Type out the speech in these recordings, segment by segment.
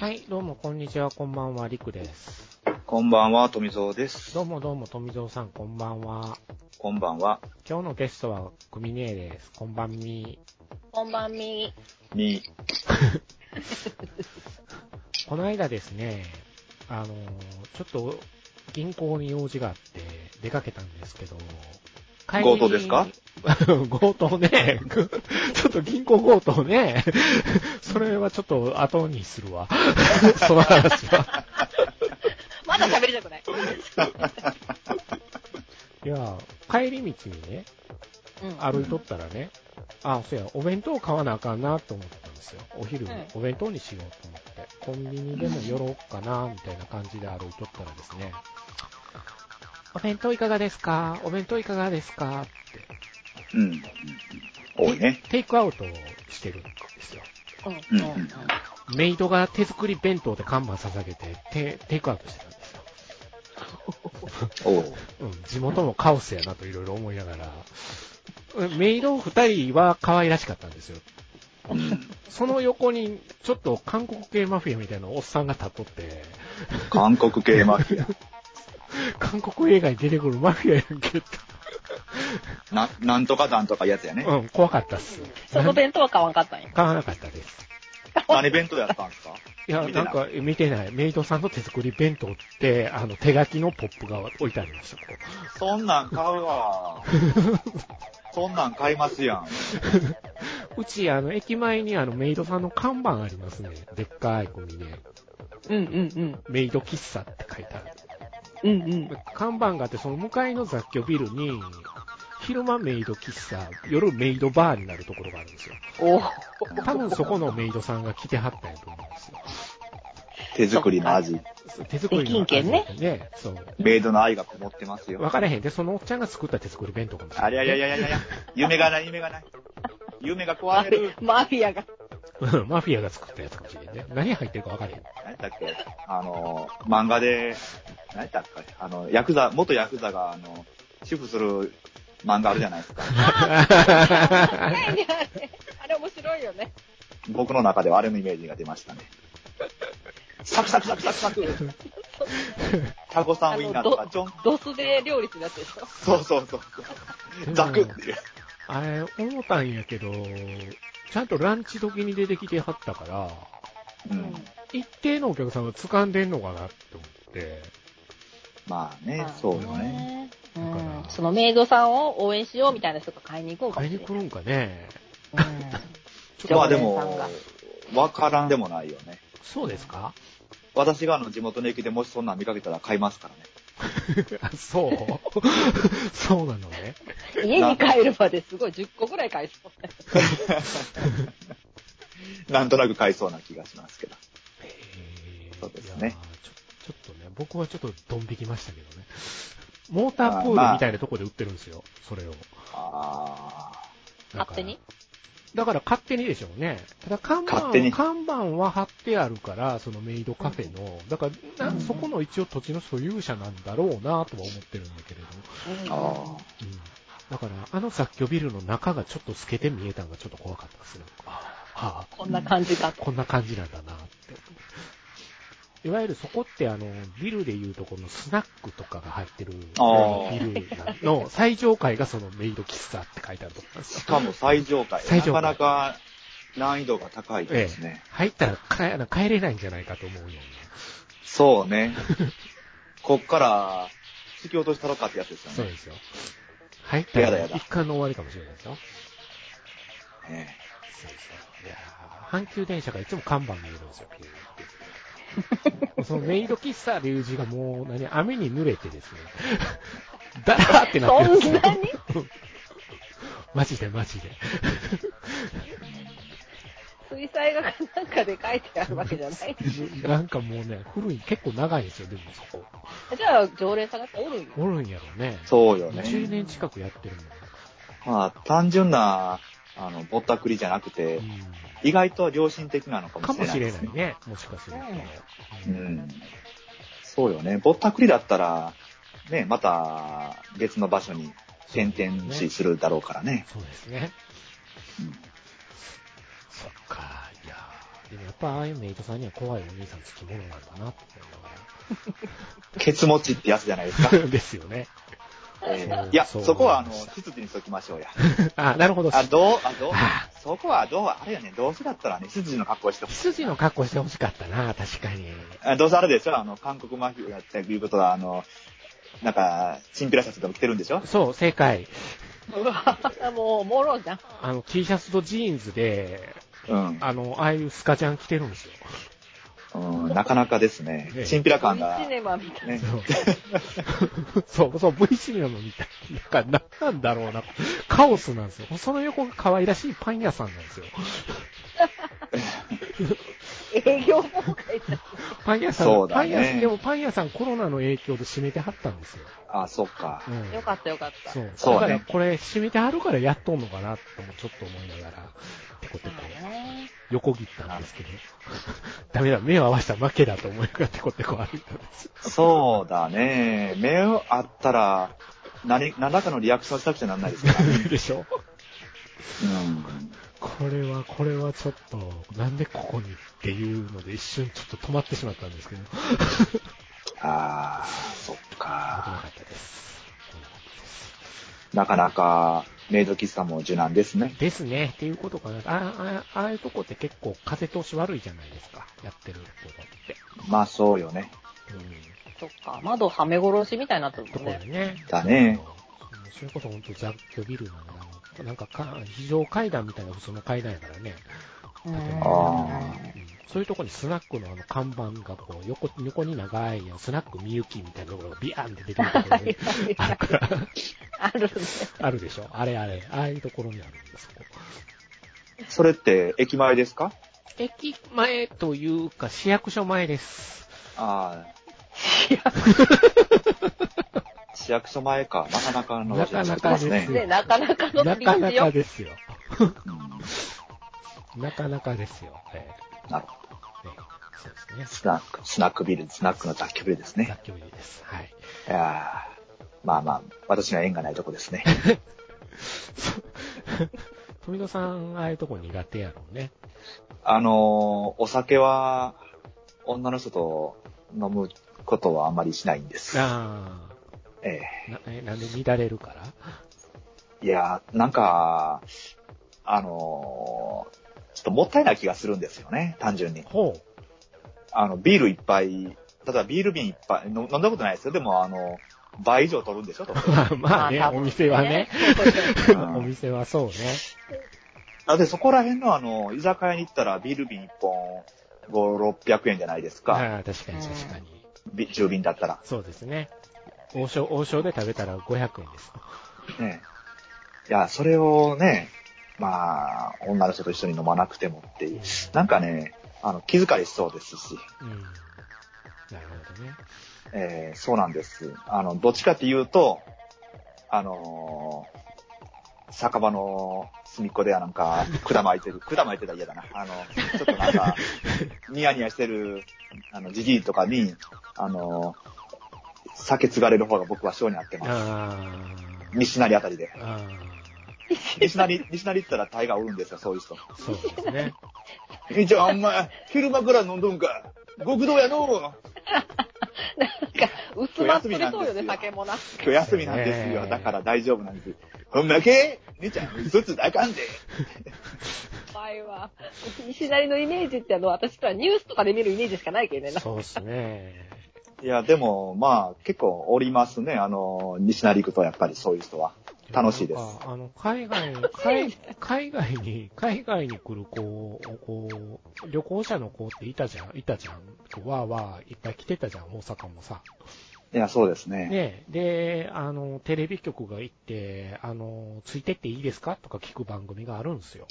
はい、どうも、こんにちは、こんばんは、りくです。こんばんは、富蔵です。どうもどうも、富蔵さん、こんばんは。こんばんは、今日のゲストは、くみねえです。こんばんみこんばんみ。み、ー。この間ですね、あのー、ちょっと、銀行に用事があって、出かけたんですけど、帰りに強盗ですか 強盗ね。 ちょっと銀行強盗ね。それはちょっと後にするわ。 その話は。まだ喋りたくない。いや、帰り道にね、うん。歩いとったらね、あ、そうや、お弁当買わなあかんなと思ったんですよ。お昼うん、お弁当にしようと思って。コンビニでも寄ろうかな、みたいな感じで歩いとったらですね、お弁当いかがですかお弁当いかがですかっうん。多いね。て、テイクアウトをしてるんですよ。うん。うんうん。うんメイドが手作り弁当で看板捧げて、テテイクアウトしてたんですよ。おう。うん、地元もカオスやなといろいろ思いながら、うんメイド二人は可愛らしかったんですよ。うん。その横に、ちょっと韓国系マフィアみたいなおっさんが立っとって、 韓国系 マフィ韓国映画に出てくるマフィアやんけって。ア。な、なんとかなんとかやつやね。うん、怖かったっす。その弁当は買わんかったんや。買わなかったです。何弁当やったんですかいや、見てなんないか見てない。メイドさんの手作り弁当って、あの、手書きのポップが置いてありました、こうそんなん買うわ。そんなん買いますやん。うち、あの、駅前にあの、メイドさんの看板ありますね。でっかい子にね、うんうんメイド喫茶って書いてある。うん。うんうん。看板があって、その向かいの雑居ビルに、昼間メイド喫茶、夜メイドバーになるところがあるんですよ。お多分そこのメイドさんが来てはったんやと思うんですよ手作りの味。そう。手作りのできんけんね味でね。そう。メイドの愛がこもってます分よ。からへんで、そのおっちゃんが作った手作り弁当かもしれない。ありゃりゃりゃりゃりゃ。夢がない夢がない。夢が壊れる。マフィアが。うんマフィアが作ったやつかもしれんね。 何入ってるか分からへん。何やったっけあの、漫画で、何やったっけあの、ヤクザ、元ヤクザが、あの、主婦する漫画あるじゃないですか。あれ面白いよね。僕の中ではあれのイメージが出ましたね。サクサクサクサクサク。タコさんウインナーとか、ちょん。ドスで料理するやつでしょ。そうそうそう。ザクっていう。あれ、思ったんやけど、ちゃんとランチ時に出てきてはったから、うん。一定のお客さんは掴んでんのかなって思って、まあね、そうよね。。うん。そのメイドさんを応援しようみたいな人が買いに行こうかも買いしれにない来。るんかね。うんまあで常連もさんが、わからんでもないよね。そうですか私があの地元の駅でもしそんなん見かけたら買いますからね。あ そう そうなのね。家に帰るまですごい10個ぐらい買いそう。なんとなく買いそうな気がしますけど。えーそうですねいやーちょ。ちょっとね、僕はちょっとドン引きましたけどね。 モータープールみたいなとこで売ってるんですよ、それを。あだから勝手にだから勝手にでしょうね。ただ看板勝手に看板は貼ってあるから、そのメイドカフェの、だからなうんそこの一応土地の所有者なんだろうなとは思ってるんだけれど、あ。あうん、だからあの雑居ビルの中がちょっと透けて見えたのがちょっと怖かったですね。はあはあこんな感じかと。こんな感じなんだなって。いわゆるそこってあの、ビルでいうとこのスナックとかが入ってるあビールの最上階がそのメイド喫茶って書いてあるとこなんですあ。しよ。かも最上階。最上階なかなか難易度が高いですね。入ったら帰あの帰れないんじゃないかと思うようそ うね。こっから、突き落としたろかってやつですな。よそうね。ですよ。入ったやだらやだ一巻の終わりかもしれないですよ。ねそうですよいやー阪急電車がいつも看板見えるんですよ、ピューってそのメイド喫茶でいう字がもう、何、雨に濡れて ですね、だらーってなってるんですよ。そんなにマジでマジで。水彩画かなんかで書いてあるわけじゃない。なんかもうね、古い、結構長いんですよ、でもそこ。じゃあ、常連さんがおるんよ。おるんやろね。そうよ20ね。年近くやってるもん。まあ、単純な、あの、ぼったくりじゃなくて、う意外と良心的なのかんもかしもれないしでれすなね。いね、もしかすると。れないうん。そうよね。ぼったくりだったら、ね、また、別の場所に転々しするだろうからね。そうですね。うんそっか、いやぱああいうメイドさんには怖いお兄さんつきものなんだなって ケツ持ちってやつじゃないですか。思う。ですよね。えそうーいや、そうそこは、あ思いまの、した執事にしときましょうや。あ、なるほど。あ、どう、あ、どうあ、そこは、どう、あれやね、どうせだったらね、執事の格好してほしい。羊の格好してほしかったな、確かに。あどうせあれでしょ、あの、韓国マフィアっていうことは、あの、なんか、チンピラシャツでも着てるんでしょそう、正解。うわもう、おもろいな。あの、T シャツとジーンズで、うん。あの、ああいうスカジャン着てるん ですよ。うん、なかなかですねええ。チンピラ感が。シネマみたいな。ねそうそう、そう、V シネマみたいな。なんか、なんだろうな。カオスなんですよ。その横が可愛らしいパン屋さんなんですよ。営業妨害だ。パン屋さん、そうパだンね屋さん、でもパン屋さんコロナの影響で閉めてはったんですよ。 あ、そっかう。ん。よかったよかった。そう。そうだかねらこれ閉めてはるからやっとんのかなともちょっと思いながら、てこてこまあね横切ったんですけど、 ダメだ、目を合わせたら負けだと思いながらて こてこ歩いたんです。そうだね。目をあったら、何、何らかのリアクションしたくちゃなんな いですから。でしょうこれは、これはちょっと、なんでここにっていうので一瞬ちょっと止まってしまったんです けど、危ん。ああ、そっなか。かったです。なかなか、メイド喫茶も柔軟ですね。ですね。っていうことかな。ああ、ああいうとこって結構風通し悪いじゃないですか。やってるとこって。まあそうよね。うん。そっか、窓はめ殺しみたいになってるともんこねろで。ね。だね。うんそれこそ本当雑居ビルの、なんかか、非常階段みたいな普通の階段やからね。うんあうんそういうとこにスナックのあの看板がこう横、横に長いスナックみゆきみたいなところがビヤーンって出てるところはい ではいはあいるから、 あるね。あるでしょあれあれ、ああいうところにあるんですよ。それって、駅前ですか駅前というか市役所前です。ああ。市役所前か。なかなかの路地になってまなかなかすですね。ね、なかなかのなピかンなチかよ。ですよ。うんなかなかですよ。えなるほどーねそうですスナック、スナックビル、スナックの雑居ビルですね。ね。雑居ビルです。はい。 いやーまあまあ、私には縁がないとこですね。富野さん、ああいうとこ苦手やろうね。 あのーお酒は、女の人と飲むことはあまりしないんです。あえあ、なえなんで乱れるからえいやーなんか、あのーちょっともったいない気がするんですよね、単純に。ほう。あの、ビールいっぱい、例えばビール瓶いっぱい、の飲んだことないですよ。でも、あの、倍以上取るんでしょ と。まあまあね、まあお店はね。う んお店はそうね。だってそこら辺のあの、居酒屋に行ったらビール瓶1本5、600円じゃないですか。ああ、確かに確かに。び中瓶だったら。そうですね。王将、王将で食べたら500円です。ねえいや、それをね、まあ、女の人と一緒に飲まなくてもっていう。なんかね、あの、気遣いしそうですし、うん。なるほどね。えーそうなんです。あの、どっちかっていうと、あのー酒場の隅っこではなんか、管巻いてる、管巻いてたら嫌だな。あの、ちょっとなんか、ニヤニヤしてる、あの、じじいとかに、あのー酒継がれる方が僕は性に合ってます。あ西成あたりであ。。あ西成、西成行ったら大がおるんですよ、そういう人。あ、そうですね。兄ちゃん、お前、昼間から飲んどんか。極道やの今なんか、薄まってるそうよね、酒もな。日休みなんですよ。だから大丈夫なんです。ほんまけ兄ちゃん、嘘つだかんで。怖いわ。 西成のイメージってあの、私とはニュースとかで見るイメージしかないけどね。そう ですね。いや、でも、まあ、結構おりますね。あの、西成行くと、やっぱりそういう人は。楽しいですなんかあの、海 外、海海外に、海外に来る子を、こう、旅行者の子っていたじゃん、いたじゃん。こうわーわーいっぱい来てたじゃん、大阪もさ。いや、そうですね。ねで、あの、テレビ局が行って、あの、ついてっていいですかとか聞く番組があるんですよ。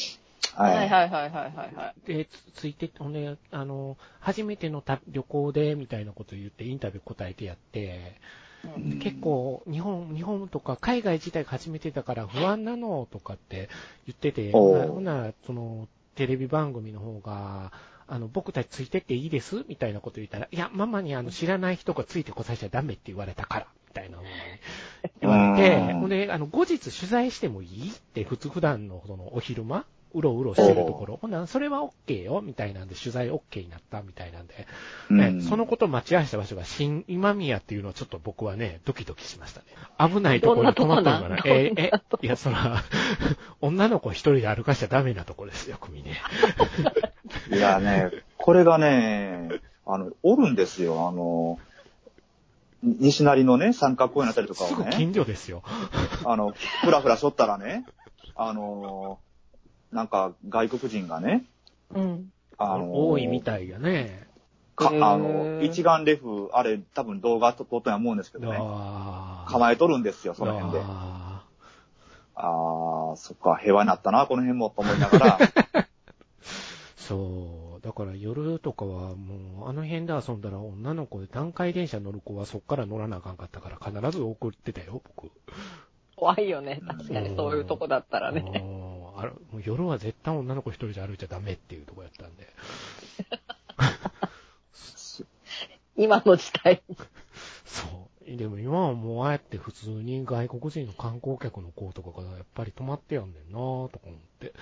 ははいい。はいはいはいはいはい。で、つついてって、ほんで、あの、初めてのた旅行で、みたいなこと言って、インタビュー答えてやって、うん結構、日本、日本とか海外自体が初めてだから不安なのとかって言ってて、おうほな、その、テレビ番組の方が、あの、僕たちついてっていいですみたいなこと言ったら、いや、ママにあの、知らない人がついてこさせちゃダメって言われたから、みたいな風に言われて、うんほんで、あの、後日取材してもいいって、普通普段のその、お昼間うろうろしてるところ。ほんなら、それは OK よ、みたいなんで、取材 OK になった、みたいなんで。ねそのことを待ち合わせた場所が新今宮っていうのをちょっと僕はね、ドキドキしましたね。危ないところに止まったのどんかな。なとこなんえーえ、いや、そら、 女の子一人で歩かしちゃダメなとこですよ、組ね。いやね、これがね、あの、おるんですよ。あの、西成のね、三角公園あたりとかすをぐね、近所ですよ。あの、ふらふらしょったらね、あの、なんか外国人がね、うん。あの、多いみたいやね。かへーあの、一眼レフ、あれ多分動画撮撮ったんや思うんですけどね、あー構えとるんですよ、その辺で。ああー、そっか、平和になったな、この辺もと思いな がら、ーそう。だから夜とかはもう、あの辺で遊んだら女の子で段階電車乗る子はそっから乗らなあかんかったから必ず送ってたよ、僕。怖いよね。確かにそういうとこだったらね。うんあれもう夜は絶対女の子一人で歩いちゃダメっていうとこやったんで。今の時代。そう。でも今はもうああやって普通に外国人の観光客の子とかがやっぱり泊まってやんねんなぁとか思って。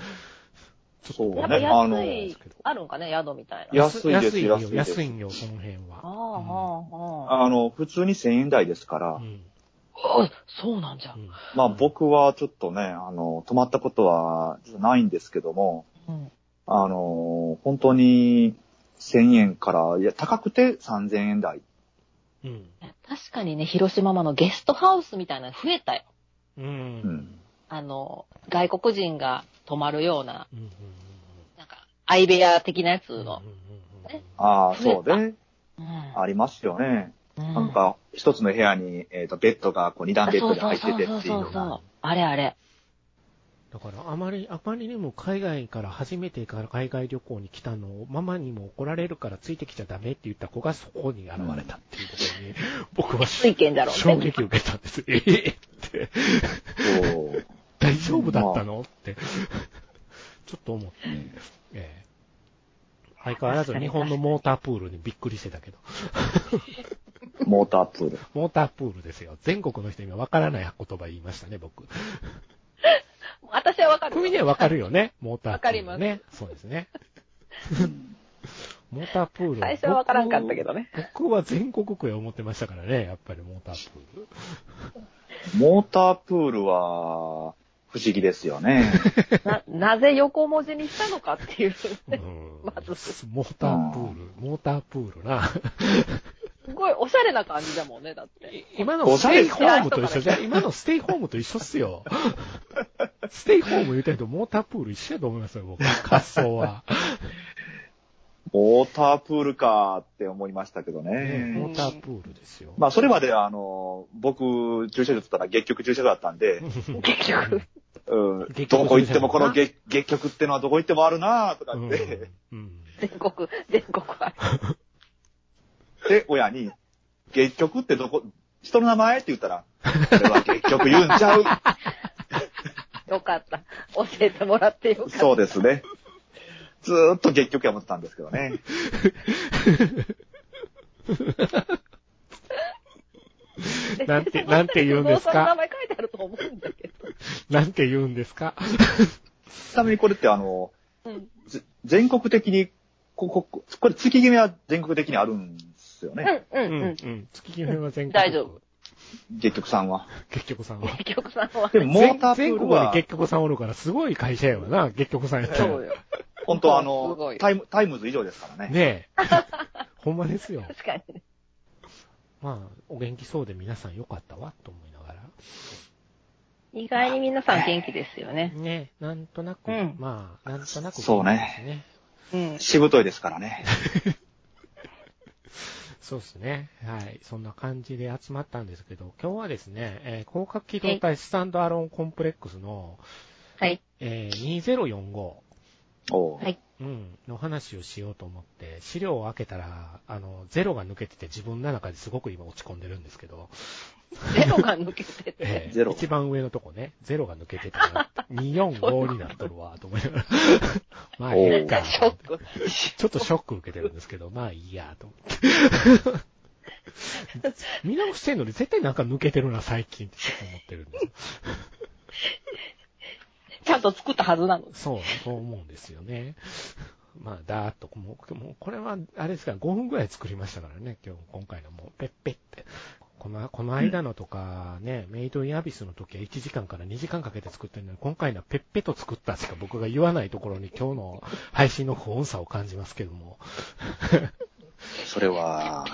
そうやっねぱあ安のい、あるんかね、宿みたいな。安いで安すいよ、安いです安いんよ、この辺ああ、は。ああ、ああ。あの、普通に1000円台ですから、うん。あそうなんじゃう。んまあ僕はちょっとね、あの、泊まったことはないんですけども、うん。あの、本当に1000円から、いや、高くて3000円台。うん。確かにね、広島もあのゲストハウスみたいなの増えたよ。うん。ううんん。あの、外国人が泊まるような、うん。なんか、相部屋的なやつうん。の。ねああ、そうね。うん。ありますよね。うんなんか、一つの部屋に、えっ、と、ベッドが、こう、二段ベッドで入っててっていうそうそうよそううそうな。。あれあれ。だから、あまり、あまりにも海外から初めてから海外旅行に来たのを、ママにも怒られるからついてきちゃダメって言った子がそこに現れたっていうところに、僕はついてんだろう衝ね。撃を受けたんです。ええって、そう大丈夫だったのって、ちょっと思って、ええ相変わらず日本のモータープールにびっくりしてたけど、モータープール。モータープールですよ。全国の人にはわからない言葉言いましたね、僕。私はわかるよ。組にはわかるよ ね、モータープール、ね。わかね。そうで すね。モータープール。最初はわからんかったけどね。僕。僕は全国区へ思ってましたからね、やっぱりモータープール。モータープールは、不思議ですよ ね。な、なぜ横文字にしたのかっていう。すうん まずモータープール、モータープールな。ごいおしゃれな感じだもんね、だって。今のおスしゃれテイホームと一緒じゃん、今のステイホームと一緒っすよ。 ステイホーム言うたけど、モータープール一緒やと思いますよ、僕。滑走は。モータープールかーって思いましたけどねねモ。ータープールですよ。まあ、それまで、あの、僕、駐車場取ったら、結局駐車場だった んで、結局。うん結局どこ行ってもこのそうで月月曲ってのはどこ行ってもあるなぁとかうんっ。て、うん全国、全国ある。で、親に、月曲ってどこ、人の名前って言ったら、それは月曲言うんち ゃう。よかった。教えてもらってよかった。そうですね。ずーっと月曲や思ってたんですけどね。な んてなんて言うんです不動か産の名前書いてあると思うんだけど。なんて言うんですかちなみにこれってあの、うん。ぜ全国的に、ここ、ここれ月決めは全国的にあるんですよね。う、うんうん、うん。ん。月決めは全国。大丈夫。月曲さんは。結局さんは。結局さんはで、 も、モータープ全ー国にルは、結局さんおるから、すごい会社やわな、結局さんやったらそうよ。本当はあすごのい、タイム、タイムズ以上ですからね。ねえ。 ほんまですよ。確かにね。まあ、お元気そうで皆さんよかったわ、と思いながら。意外に皆さん元気ですよね。ねえ、なんとなく、うんまあ、なんとなく、そうねですね。うん。しぶといですからね。そうですね。はい。そんな感じで集まったんですけど、今日はですね、えー広角機動隊スタンドアローンコンプレックスの、はい。えー2045。おうはいうん、の話をしようと思って、資料を開けたら、あの、ゼロが抜けてて自分の中ですごく今落ち込んでるんですけど、ゼロが抜けてて。ええゼロ一番上のとこね、ゼロが抜けてたら、245になっとるわ、と 思いながら。まあ、いいか。ショック。ちょっとショック受けてるんですけど、まあいいや、と思 って。見直してんのに絶対なんか抜けてるな、最近ってちょっと思ってるんですよ。ちゃんと作ったはずなの。そう、そう思うんですよね。 まあ、だーっと、もう、もうこれは、あれですから、5分ぐらい作りましたからね、今日、今回のもう、ペッペッって。この、この間のとか、ね、メイドインアビスの時は1時間から2時間かけて作ってるのに、今回のはペッペと作ったしか僕が言わないところに今日の配信の不穏さを感じますけども。それは、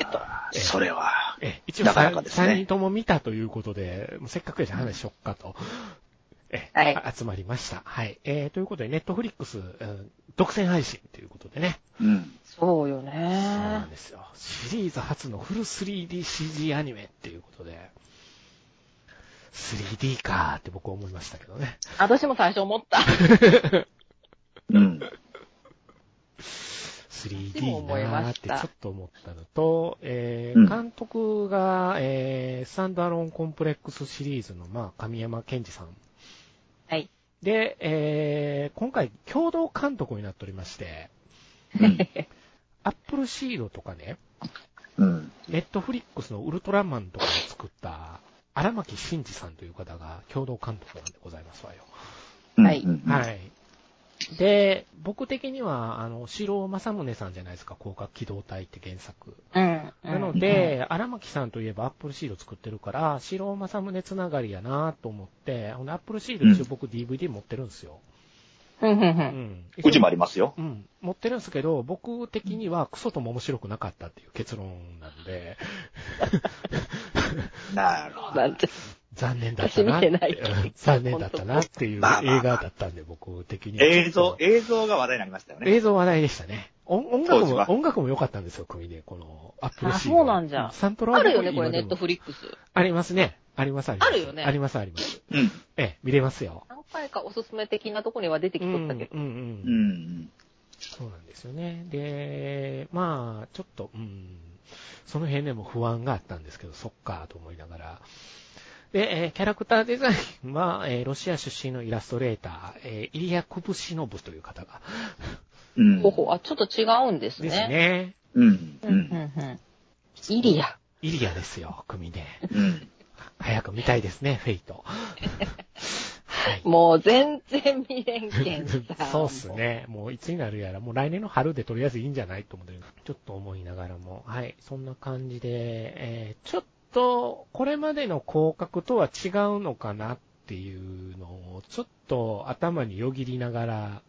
それは、え、一応なかなかですね3人とも見たということで、もうせっかくやし話しよっかと。え、はいあ集まりました。はい。えー、ということで、ネットフリックス、うん独占配信ということでね。うん。そうよそうねなん。ですよ。シリーズ初のフル 3DCG アニメっていうことで、3D かーって僕は思いましたけどね。私も最初思った。うん。 3D 思いなーまっしてちたょっと思ったのと、えうー、ん監督が、えー、スタンドアローンコンプレックスシリーズの、まあ、神山健二さん はい。で、えー今回、共同監督になっておりまして、うん。アップルシードとかね、うん。ネットフリックスのウルトラマンとかを作った、荒牧真二さんという方が共同監督なんでございますわよ。うんはいうんはい。で、僕的には、あの、城正宗さんじゃないですか、広角機動隊って原作。うん。なので、荒牧さんといえばアップルシール作ってるから、城正宗つながりやなと思って、あの、アップルシール一応僕 DVD 持ってるんですよ。うん、うん、う。うんん。うちもありますよ。うん、持ってるんですけど、僕的にはクソとも面白くなかったっていう結論なんで、なるほど。なんて。残念だったなっ私て見てないけどうん残念だったなっていう映まあまあまあ画だったんで、僕的には。映像、映像が話題になりましたよね。映像話題でしたね。音音当楽時もは、音楽も良かったんですよ、組で、このアップルシーあそうなんじゃサントラはあ僕るよね、これ、今ネでもットフリックス。ありますね。あります、あります。あるよねあります、あります。うん。ええ、見れますよ。何回かおすすめ的なとこには出てきとったけど。うんうんうんうん。そうなんですよね。で、まあ、ちょっと、うん、その辺でも不安があったんですけど、そっか、と思いながら。で、えーキャラクターデザインは、えーロシア出身のイラストレーター、えーイリア・クブシノブという方が。うん。ほほ、あ、ちょっと違うんですでね。すね。うん。う、うん。うんん、うん。イリア。イリアですよ、組で。うん。早く見たいですね、フェイト。はい。もう全然未練けんさ。 そうっす。ね。もういつになるやら、もう来年の春でとりあえずいいんじゃないと思ってる。ちょっと思いながらも。はい。そんな感じで、えー、ちょっと、これまでの広角とは違うのかなっていうのを、ちょっと頭によぎりながら、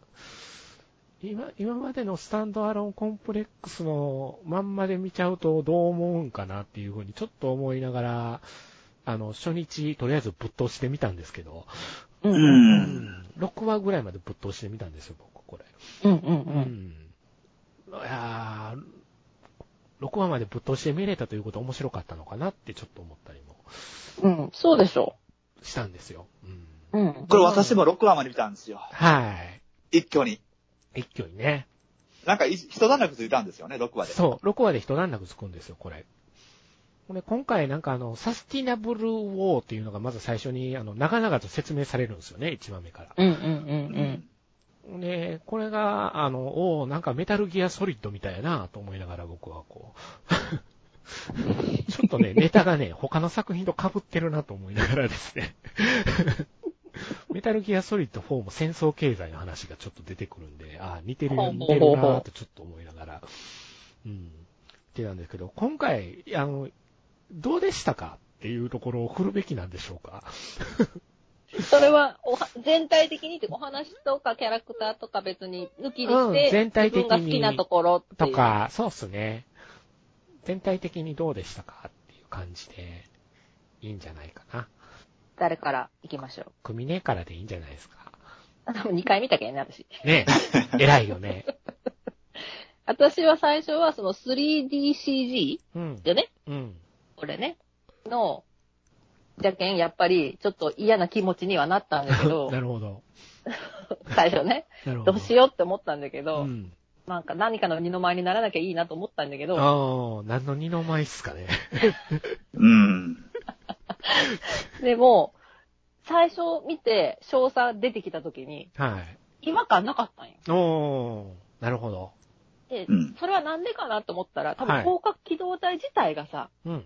今、今までのスタンドアロンコンプレックスのまんまで見ちゃうとどう思うんかなっていうふうにちょっと思いながら、あの、初日とりあえずぶっ通してみたんですけど、うん、ううん、ん。 6話ぐらいまでぶっ通してみたんですよ、僕、これ。うん、うんううん。ん。いやー6話までぶっ通して見れたということは面白かったのかなってちょっと思ったりもうん、そうでしょしたんですよ。うん。う。うん。これ私も6話まで見たんですよ。はい。一挙に。一挙にね。なんかい一段落ついたんですよね、6話で。そう、6話で一段落つくんですよ、これ。これ今回なんかあの、サスティナブルウォーっていうのがまず最初にあの、長々と説明されるんですよね、1話目から。うん、うん、ううん、うん。。ね、これが、あの、おーなんかメタルギアソリッドみたいやなと思いながら僕はこう。 ちょっとね、ネタがね、他の作品と被ってるなと思いながらですね。 メタルギアソリッド4も戦争経済の話がちょっと出てくるんで、あー似てるほうよ、ほう似てるなーとちょっと思いながら。うん。ってなんですけど、今回、あの、どうでしたかっていうところを振るべきなんでしょうか。それは、おは、全体的にって、お話とかキャラクターとか別に抜きにして、うん全体的に自分が好きなところっていとう。か、そうっすね。全体的にどうでしたかっていう感じで、いいんじゃないかな。誰から行きましょう。組ねからでいいんじゃないですか。あでも2回見たけんね、私。 ねえ。偉いよね。私は最初はその 3DCG うん。よねうん。これね。の、じゃけん、やっぱり、ちょっと嫌な気持ちにはなったんだけど な、るほど。最初ね、なるほど。どうしようって思ったんだけど、うん。なんか何かの二の舞にならなきゃいいなと思ったんだけあど、あ、何の二の舞っすかね。うん。でも、最初見て、詳細出てきた時に、は違和感なかったんよ。い。おー、なるほど。でうん、それはなんでかなと思ったら、多はい分広角機動隊自体がさ、うん。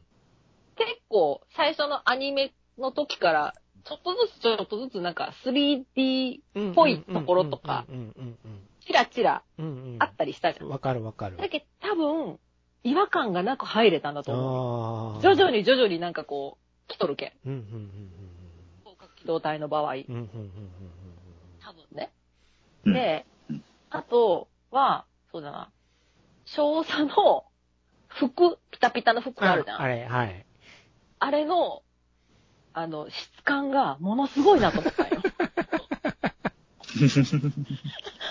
結構最初のアニメの時からちょっとずつちょっとずつなんか 3D っぽいところとか、うんうんチラチラうんうん。うんうんあったりしたじゃん。わかるわかる。だけど多分、違和感がなく入れたんだと思う。ああ。徐々に徐々になんかこう、来とるけ。うんうんうん機動隊の場合。うんうん。うんうんうんうん多分ね。うんでうん、あとは、そうだな、少佐の服、ピタピタの服うん。あるじゃん。ああれ、はい。れの、あの、質感がものすごいなと思ったん よ。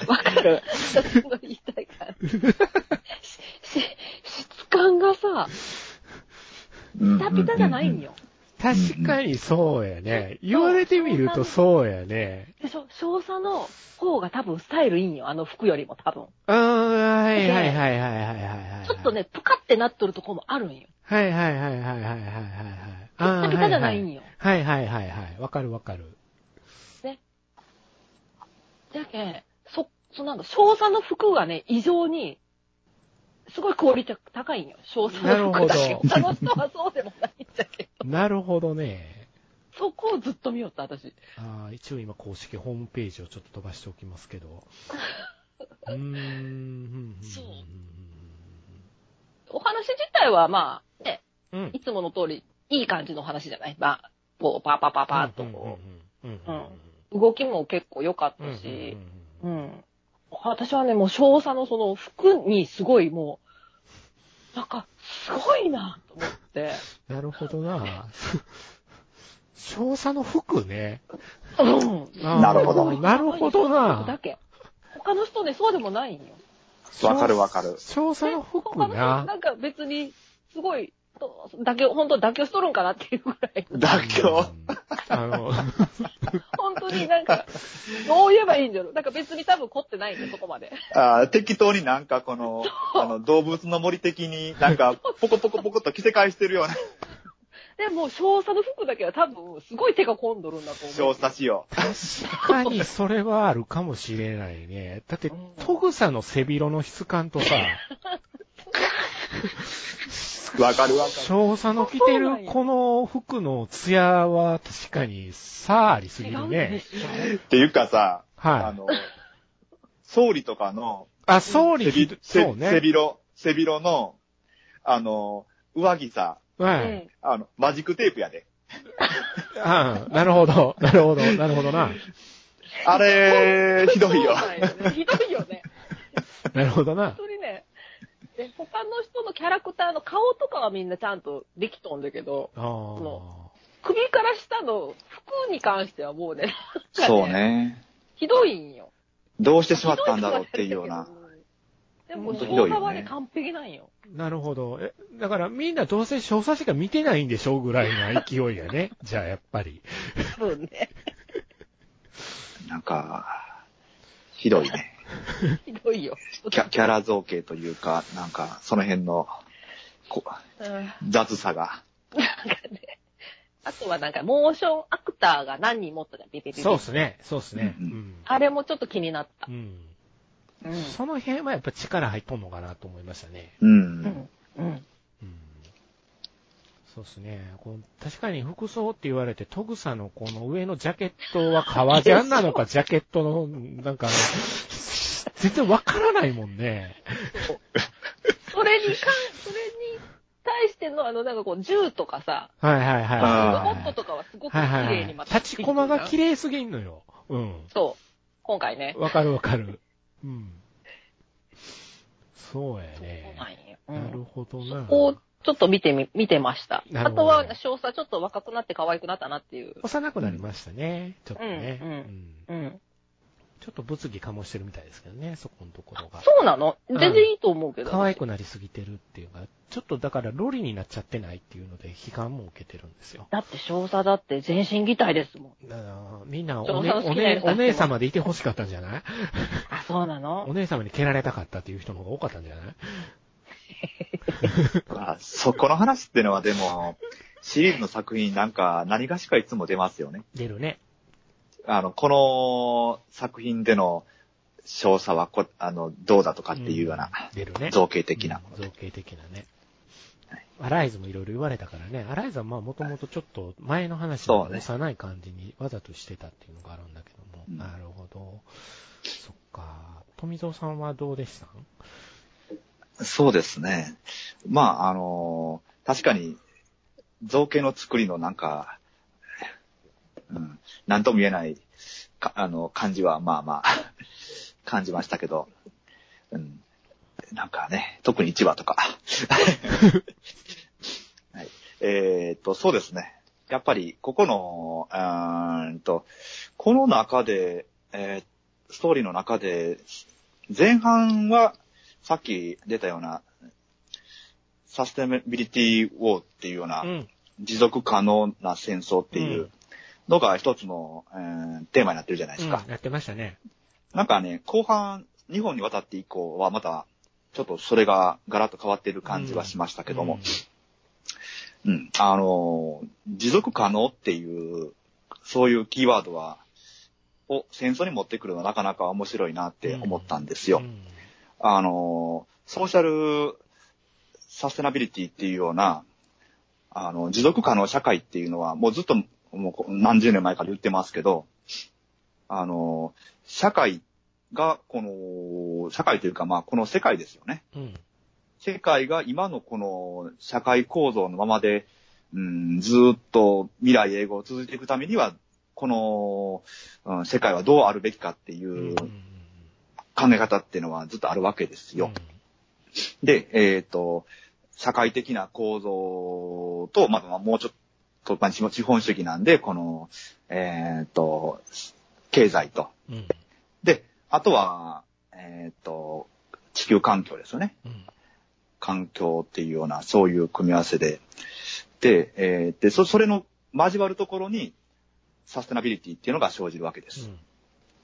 わかる。すごい言いたいから。 しし質感がさ、うんピタピタじゃないん。よ。確かにそうやね。言われてみるとそうやね。でしょ、少佐の方が多分スタイルいいんよ。あの服よりも多分。うん、はいはいはいはいはいはいはい。ちょっと。ね、ぷかってなっとるとこもあるんよ。はいはいはいはいはいはいはいはい。ピタピタじゃないんよ。はいはいはいはい。わかるわかる。だけんそ、そなんか、少佐の服がね、異常に、すごいクオリティ高いんよ。少佐の服だなるけ。ほど他の人はそうでもないんだけど。なるほどね。そこをずっと見よった、私。あー一応今公式ホームページをちょっと飛ばしておきますけ ど。うーん。そうお話自体は、まあ、ね、うん。うんいつもの通り、いい感じの話じゃないまあ、こう、パーパーパーパーっとこうん。うん。う、動きも結構良かっうん。うんたし、うん。私はね、もう少佐のその服にすごいもう、なんか、すごいなと思って。なるほどな。 少佐の服ね。うん。あーなるほどなるほどだな。け。他の人ね、そうでもないんよ。わかるわかる。少佐の服他の人、な。なんか別に、すごい、と妥協、本当妥協しとるんかなっていうぐらい。妥協。うんあの、本当になんか、どう言えばいいんだろう。なんか別に多分凝ってないんで、そこまで。あー適当になんかこの、あの、動物の森的になんか、ポコポコポコと着せ替えしてるようなでも、少佐の服だけは多分、すごい手が込んどるんだと思う。小差しよ確かにそれはあるかもしれないね。だって、トグサの背広の質感とさ、う。わかるわかる。少佐の着てるこの服のツヤは確かにさあありすぎ違うるんでね。すよ。っていうかさ、あはい。の、総理とかの、あ、総理背びひ、そ背う背ね。広、背広の、あの、上着さ、はうい。んあの、マジックテープやで。あなるほど。なるほど。なるほどな。あれ、 ひどいよ。そうなんよねひどいよね。なるほどな本。当にね。で、他の人のキャラクターの顔とかはみんなちゃんとできとんだけど、あの首から下の服に関してはもうね、そうね。ひどいんよ。どうしてしまったんだろうっていうような。。でも、本当昭ひどいよね和はね、完璧なんよ。ーなるほど。え、だからみんなどうせ少佐しか見てないんでしょうぐらいな勢いやね。 じゃあやっぱり。多分ね。なんか、ひどいね。ひどいよ。キャキャラ造形というか、なんか、その辺の、こうんなんか雑さが。ね。あとはなんか、モーションアクターが何人持ったか、ビビビビ。そうっすね。そうっすね。ううんん。あれもちょっと気になったう。ん。うん。その辺はやっぱ力入っとんのかなと思いましたね。う。うんん。うん。うん。そうですね。こう確かに服装って言われて、トグサのこの上のジャケットは革ジャンな のか、ジャケットの、なんか、全然わからないもんね。それに関、それに対しての、あの、なんかこう、銃とかさ、はいはいはいロボあットはとかはすごい。く綺はいはいは麗にいま。た。立ちコマが綺麗すぎんのよ。うん。そう。今回ね。わかるわかる。うん。そうやね。そうなんよなうんるほどな。をちょっと見てみ、見てました。なるあほどとは、少佐ちょっと若くなって可愛くなったなっていう。幼くなりましたね。ちょっとね。うんうんうん。ちょっと物議かもしてるみたいですけどね、そこのところが。そうなのうん全然いいと思うけど。可愛くなりすぎてるっていうか、ちょっとだからロリになっちゃってないっていうので批判も受けてるんですよ。だって少佐だって全身擬態ですもん。だからみんなちょお,、おね話お聞いてねる、お姉様でいて欲しかったんじゃないあ、そうなのお姉様に蹴られたかったっていう人の方が多かったんじゃないあそこの話ってのはでも、シリーズの作品なんか何がしかいつも出ますよね。出るね。あの、この作品での少佐はこ、あの、どうだとかっていうような出るね。造形的なものうん造形的なね。アライズもいろいろ言われたからね、アライズはまあもともとちょっと前の話そうのね幼い感じにわざとしてたっていうのがあるんだけども。うんなるほど。そっか。富蔵さんはどうでしたそうですね。まあ、あのー確かに、造形の作りのなんか、うん、なんとも言えない、かあの、感じは、まあ まあ、感じましたけど、うん、なんかね、特に1話とか。 はい、えーっと、そうですね。やっぱり、ここの、うーんと、この中で、えーストーリーの中で、前半は、さっき出たような、サステナビリティウォーっていうような、うん。持続可能な戦争っていううんのが一つの、えーテーマになってるじゃないでうすんか。やってましたね。なんかね、後半、日本に渡って以降はまた、ちょっとそれがガラッと変わってる感じはしましたけども、うん、あのー、持続可能っていう、そういうキーワードは、を戦争に持ってくるのはなかなか面白いなって思ったんですうん。うよ。んあの、ソーシャルサステナビリティっていうような、あの、持続可能社会っていうのは、もうずっと、もう何十年前から言ってますけど、あの、社会が、この、社会というか、まあ、この世界ですよね。うん。世界が今のこの社会構造のままで、うん、ずーっと未来永劫続いていくためには、この、うん、世界はどうあるべきかっていうんう考え方っていうのはずっとあるわけですよ。。で、えっ、と、社会的な構造と、まあ、まあもうちょっと、まあ、資本主義なんで、この、えっ、と、経済と。うんうん。で、あとは、えっ、と、地球環境ですよね。うん。環境っていうような、そういう組み合わせで。で、えーで、そ、それの交わるところに、サステナビリティっていうのが生じるわけです。うん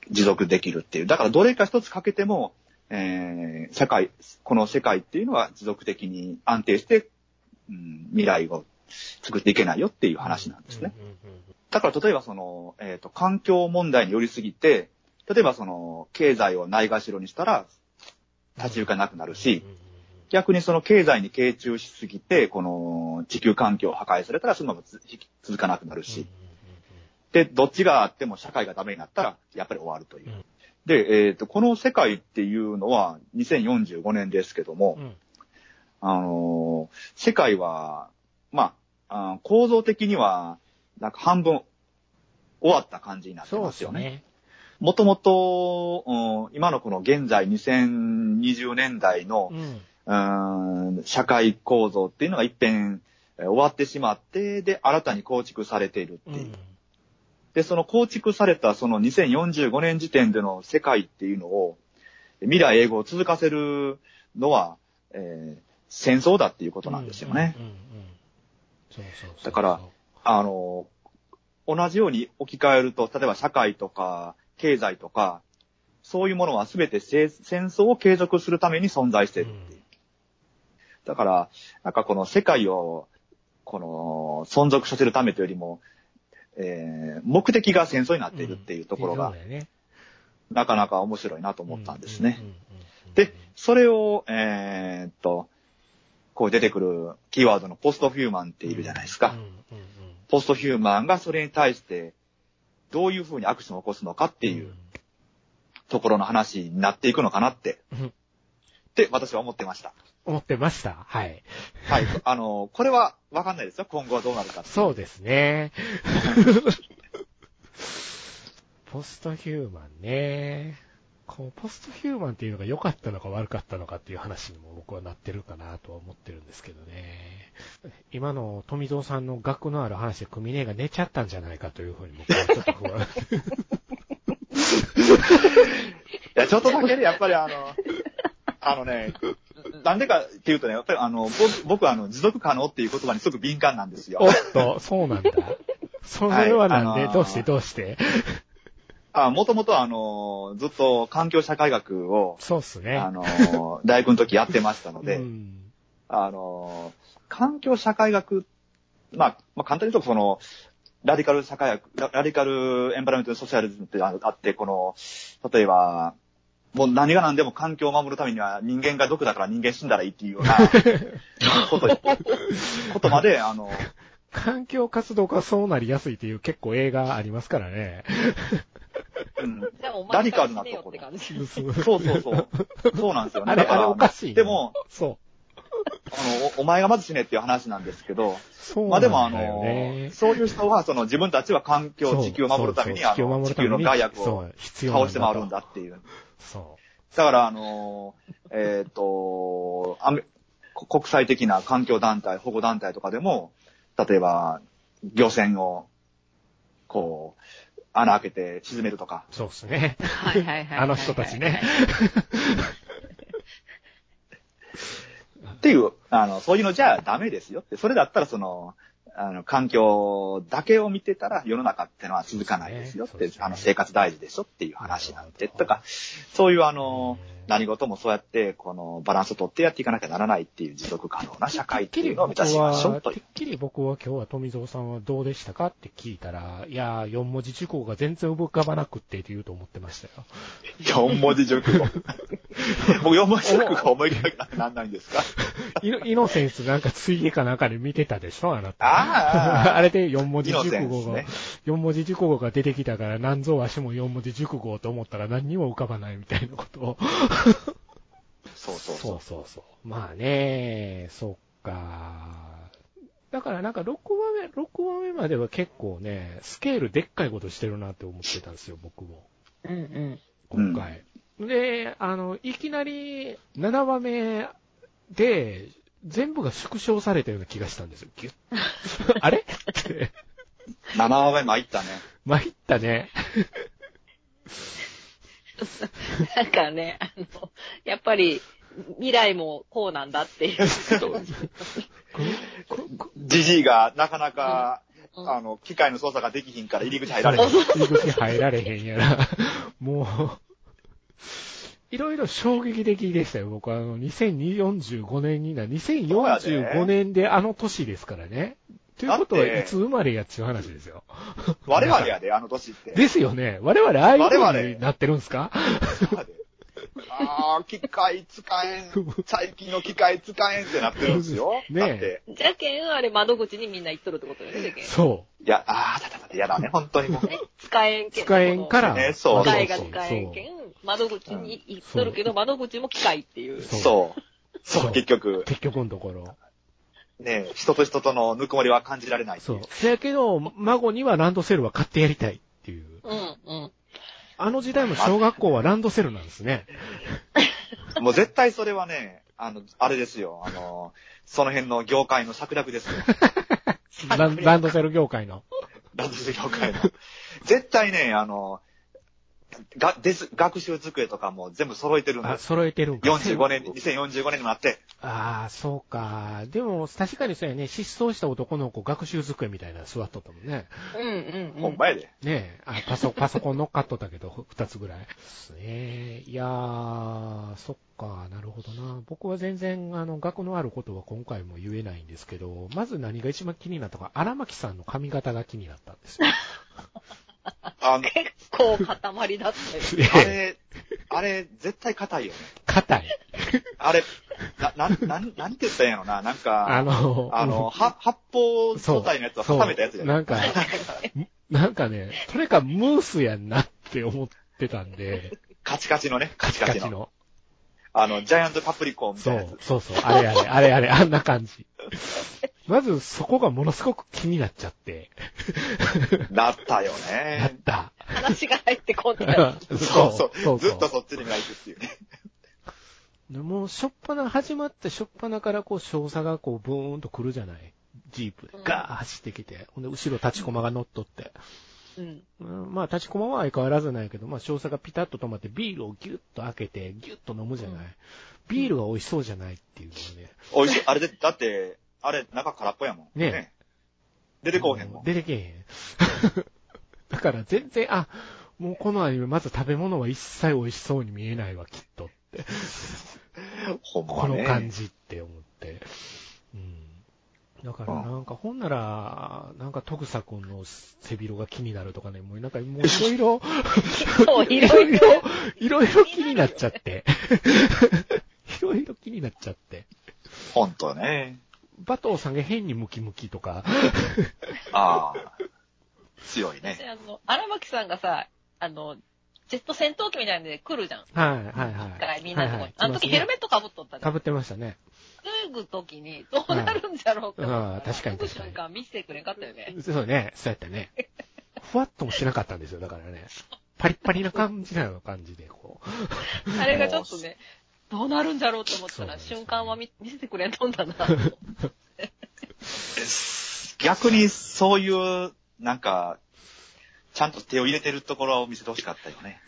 持続できるっていう。だからどれか一つかけても、えー社会、この世界っていうのは持続的に安定して、うん、未来を作っていけないよっていう話なんですね。。うんうんうんだから例えばその、えっ、と、環境問題に寄りすぎて、例えばその、経済をないがしろにしたら、立ち行かなくなるしうん、うん逆にその経済に傾注しすぎて、この地球環境を破壊されたらそのままつ続かなくなるし、で、どっちがあっても社会がダメになったら、やっぱり終わるという。うんで、えっ、と、この世界っていうのは2045年ですけどもうん、うんあのー世界は、まあ、あー構造的には、なんか半分終わった感じになってそうまですすよよね。ね。もともと、うん今のこの現在2020年代の、うん。うーん社会構造っていうのが一変えー終わってしまって、で、新たに構築されているってういう。ん。で、その構築されたその2045年時点での世界っていうのを、未来英語を続かせるのは、えー戦争だっていうことなんですよね。うん。うんうんそうそうそう。だからあの、同じように置き換えると、例えば社会とか経済とか、そういうものは全てせ戦争を継続するために存在しているっていう。うんだから、なんかこの世界を、この、存続させるためというよりも、えー目的が戦争になっているっていうところが、うんそうだよねなかなか面白いなと思ったんですね。。うんうんうんうんで、それを、えーっと、こう出てくるキーワードのポストヒューマンっているじゃないですか。うんうんうんポストヒューマンがそれに対して、どういうふうにアクションを起こすのかっていうところの話になっていくのかなって、うんって私は思ってました。思ってました。はい。はい。あの、これはわかんないですよ。今後はどうなるか。そうですね。ポストヒューマンね。こう、ポストヒューマンっていうのが良かったのか悪かったのかっていう話にも僕はなってるかなとは思ってるんですけどね。今の富蔵さんの額のある話で組ねが寝ちゃったんじゃないかというふうに僕はちょっと不安。いや、ちょっとだけね、やっぱりあの、あのね、なんでかっていうとね、やっぱりあの、僕、僕はあの、持続可能っていう言葉にすごく敏感なんですよお。っと、そうなんだ。 それはなんで、はいあのーどうしてどうしてあ、もともとあの、ずっと環境社会学を、そうっすね。あの、 大学の時やってましたので、うんあの、環境社会学、まあ、まあ、簡単に言うと、その、ラディカル社会学、ララディカルエンバラメントソーシャリズムってあのあって、この、例えば、もう何が何でも環境を守るためには人間が毒だから人間死んだらいいっていうよう なこと、ことまで、あの、環境活動家はそうなりやすいっていう結構映画ありますからね。うん、じゃあおラ前ディからカル死なねとよっこてろ。感じ。そう そうそうそう。そうなんですよ ね。あれ、だからあれおかしい、ね。でも、そう。あのお、お前がまず死ねっていう話なんですけど、そうまなあんだでよ、ね。もあの、そういう人は、その自分たちは環境、地球を守るために、そうあそうそうの、地球の害悪をそう必要なん倒して回るんだっていう。そだから、あの、えっ、と、アメこ国際的な環境団体、保護団体とかでも、例えば、漁船を、こう、穴開けて沈めるとか、う。そうですね。 はいはいはい。あの人たちね。っていう、あの、そういうのじゃダメですよって。それだったら、その、あの、環境だけを見てたら世の中ってのは続かないですよっそうて、ですねあの、生活大事でしょっていう話なんなで、るほどとか、そういうあのうん、何事もそうやって、この、バランスを取ってやっていかなきゃならないっていう持続可能な社会っていうのを目指しましょうとてっいう。きり僕は今日は富蔵さんはどうでしたかって聞いたら、いやー、4文字熟語が全然浮かばなくって言うと思ってましたよ。 4文字熟語。僕4文字熟語思い出なくなんないんですかイノイノセンスなんかついでかなんかで見てたでしょあなた。あ ああれで4文字イノ熟セン語スがね、。四文字熟語が出てきたから、なんぞわしも4文字熟語と思ったら何にも浮かばないみたいなことを。そうそうそうそう。そうそう。まあね、そっか。だからなんか6話目、6話目までは結構ね、スケールでっかいことしてるなって思ってたんですよ、僕も。うんうん。今回。で、あの、いきなり7話目で、全部が縮小されたような気がしたんですよ。ギュッ。 あれって。 7話目参ったね。参ったね。 なんかね、あの、やっぱり、未来もこうなんだっていう。ジジイがなかなか、うんあの、機械の操作ができひんから入り口入られへん。入り口入られへんやら、もう、いろいろ衝撃的でしたよ。僕はあの、2045年にな、2045年であの年ですからね。ということは、だっていつ生まれやっちゅう話ですよ。我々やで、あの年って。ですよね。我々、ああいう我風々になってるんですか我々ああ、機械使えん。最近の機械使えんってなってるんですよ。 ねえだって。じゃけん、あれ窓口にみんな行っとるってことよね、じゃけん。そいや、ああ、だだだだ、やだね、本当にもう。ね、使えんう。けん。使えんから。ねそ機うそう械が使えんけん、窓口に行っとるけど、窓口も機械っていう。そうそう。そうそう、結局。結局のところ。ねえ人と人とのぬくもりは感じられないってそいうう。。せやけど、孫にはランドセルは買ってやりたいっていう。うんうん。あの時代も小学校はランドセルなんですね。 もう絶対それはね、あの、あれですよ。あの、その辺の業界の策略ですよ。ランランドセル業界の。ランドセル業界の。絶対ね、あの、がです学習机とかも全部揃えてるんあ、です。揃えてるんか。 45年、2045年になって、ああ、そうか。でも、確かにそうやね。失踪した男の子、学習机みたいなの座っとったもんね。うんうん、ほんまやで。ねえ。あ、パソ、パソコン乗っかっとったけど、二つぐらい。ですね。いやー、そっか。なるほどな。僕は全然、あの、学のあることは今回も言えないんですけど、まず何が一番気になったか、荒牧さんの髪型が気になったんですよ。あの、結構塊だったよ。 あれ、あれ、絶対硬いよね。硬い。あれ、な、な、なん、なんて言ったんやろな。なあんか、の、あの、は、発泡素体のやつはそう固めたやつじゃないなんか、 なんかね、それかムースやんなって思ってたんで、カチカチのね、カチカガチチの。の。あの、ジャイアントパプリコみたそいなやうつ。、そうそう、あれあれ、あれあれ、あんな感じ。まずそこがものすごく気になっちゃって、なったよやっね。た。話が入ってこない。 そ うそそうう。そうずっそとそっちに目が行くっていうね。う。もう、しょっぱな、始まってしょっぱなからこう、少佐がこう、ブーンと来るじゃない。ジープで、ガー走ってきて、ほんで、後ろ立ち駒が乗っとって。うん。うんまあ、立ちこまは相変わらずなんやけど、まあ、少佐がピタッと止まって、ビールをギュッと開けて、ギュッと飲むじゃない。ビールは美味しそうじゃないっていうのね。おいしい。あれで、だって、あれ、中空っぽやもん。ねえ出てこうへんもん。出てけえへん。 だから、全然、あ、もうこのアニメ、まず食べ物は一切美味しそうに見えないわ、きっと。ほんこまのね。感じって思って。うん。だからなんか、ほんなら、なんか、徳佐君の背広が気になるとかね、もうなんか、もういろい ろ、そう、いいろろいいろろ。、いろいろ気になっちゃって。いろいろ気になっちゃって。ほんとね。バトーさんが変にムキムキとか。ああ。強い私ね。あの、荒牧さんがさ、あの、ジェット戦闘機みたいなので来るじゃん。はいはいはだからい。みんなのとこに。あの時ヘヘルルメメットかぶっとったじゃかん。ぶってましたね。脱ぐ時にどうなるんだろうって思ったらはいああ確かに脱ぐ確かに瞬間見せてくれんかったよね。そうね。そうやったね。ふわっともしなかったんですよ。だからね。パリッパリな感じなの感じで、こう。あれがちょっとね、どうなるんだろうと思ったそうならんですよね瞬間は見見せてくれとんだな。 そ逆にそういう、なんか、ちゃんと手を入れてるところを見せてほしかったよね。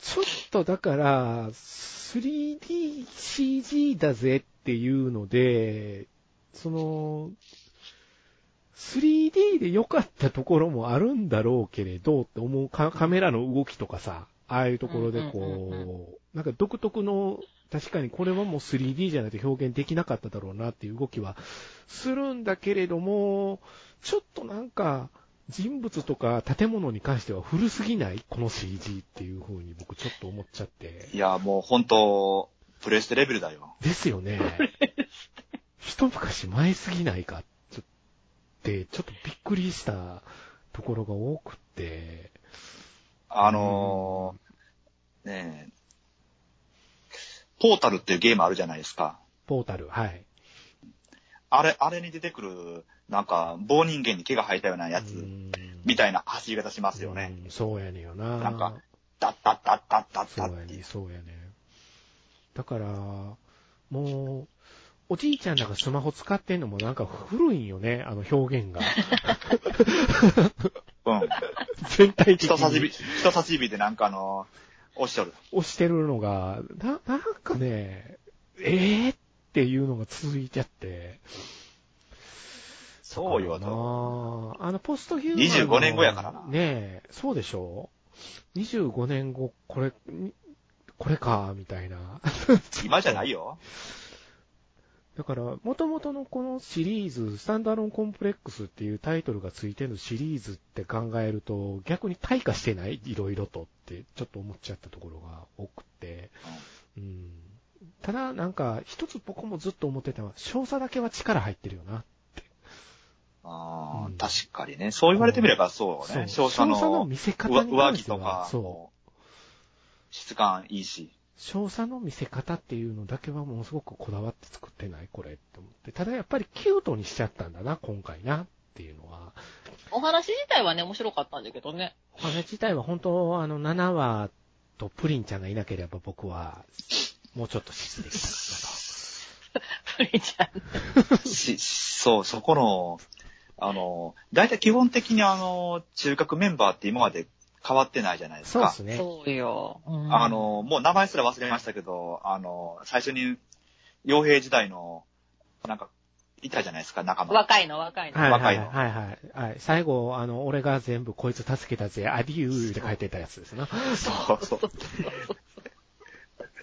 ちょっとだから、3DCG だぜっていうので、その、3D で良かったところもあるんだろうけれどって思うカカメラの動きとかさ、ああいうところでうんうんうんこう、なんか独特の、確かにこれはもう 3D じゃないと表現できなかっただろうなっていう動きはするんだけれども、ちょっとなんか、人物とか建物に関しては古すぎないこの CG っていう風に僕ちょっと思っちゃって。いや、もうほんと、プレステレベルだよ。ですよ ね。一昔前すぎないかちょって、ちょっとびっくりしたところが多くって。あのー、ねえ、ポータルっていうゲームあるじゃないですか。ポータル、はい。あれ、あれに出てくる、なんか、棒人間に毛が生えたようなやうつ、んみたいな走り方しますよね。うんそうやねんよな。なんかダッダッダッダッダッそダうッやっていねう。そうやねだから、もう、おじいちゃんらがスマホ使ってんのもなんか古いんよね、あの表 現が。 うん。全体的人差し指、に人差し指でなんかあの、押しとる。押してるのが、な、なんかね、ええっていうのが続いちゃって。そうよなと。あの、ポストヒューマンの。 25年後やからなねえ、そうでしょ ?25 年後、これ、にこれか、みたいな。今じゃないよ。だから、元々のこのシリーズ、スタンドアローンコンプレックスっていうタイトルがついてるシリーズって考えると、逆に退化してないいろいろとって、ちょっと思っちゃったところが多くて。うん。ただ、なんか、一つ僕もずっと思ってたのは、少佐だけは力入ってるよな。ああうん確かにね。そう言われてみればそうね。そう少佐少佐のの見せ方上に関上着してはとか、そう。質感いいし。少佐の見せ方っていうのだけはものすごくこだわって作ってないこれって思って。ただやっぱりキュートにしちゃったんだな、今回なっていうのは。お話自体はね、面白かったんだけどね。お話自体は本当、あの、7話とプリンちゃんがいなければ僕は、もうちょっと静で したプリンちゃん。し、そう、そこの、あの、だいたい基本的にあの、中核メンバーって今まで変わってないじゃないですそうでかす。ね。そうよ。うんあ、の、もう名前すら忘れましたけど、あの、最初に、傭兵時代の、なんか、いたじゃないですか、仲間。若いの、若いの。はいは若いいはいのはい、はい。最後、あの、俺が全部こいつ助けたぜ、アデューって書いてたやつです な。そうそう。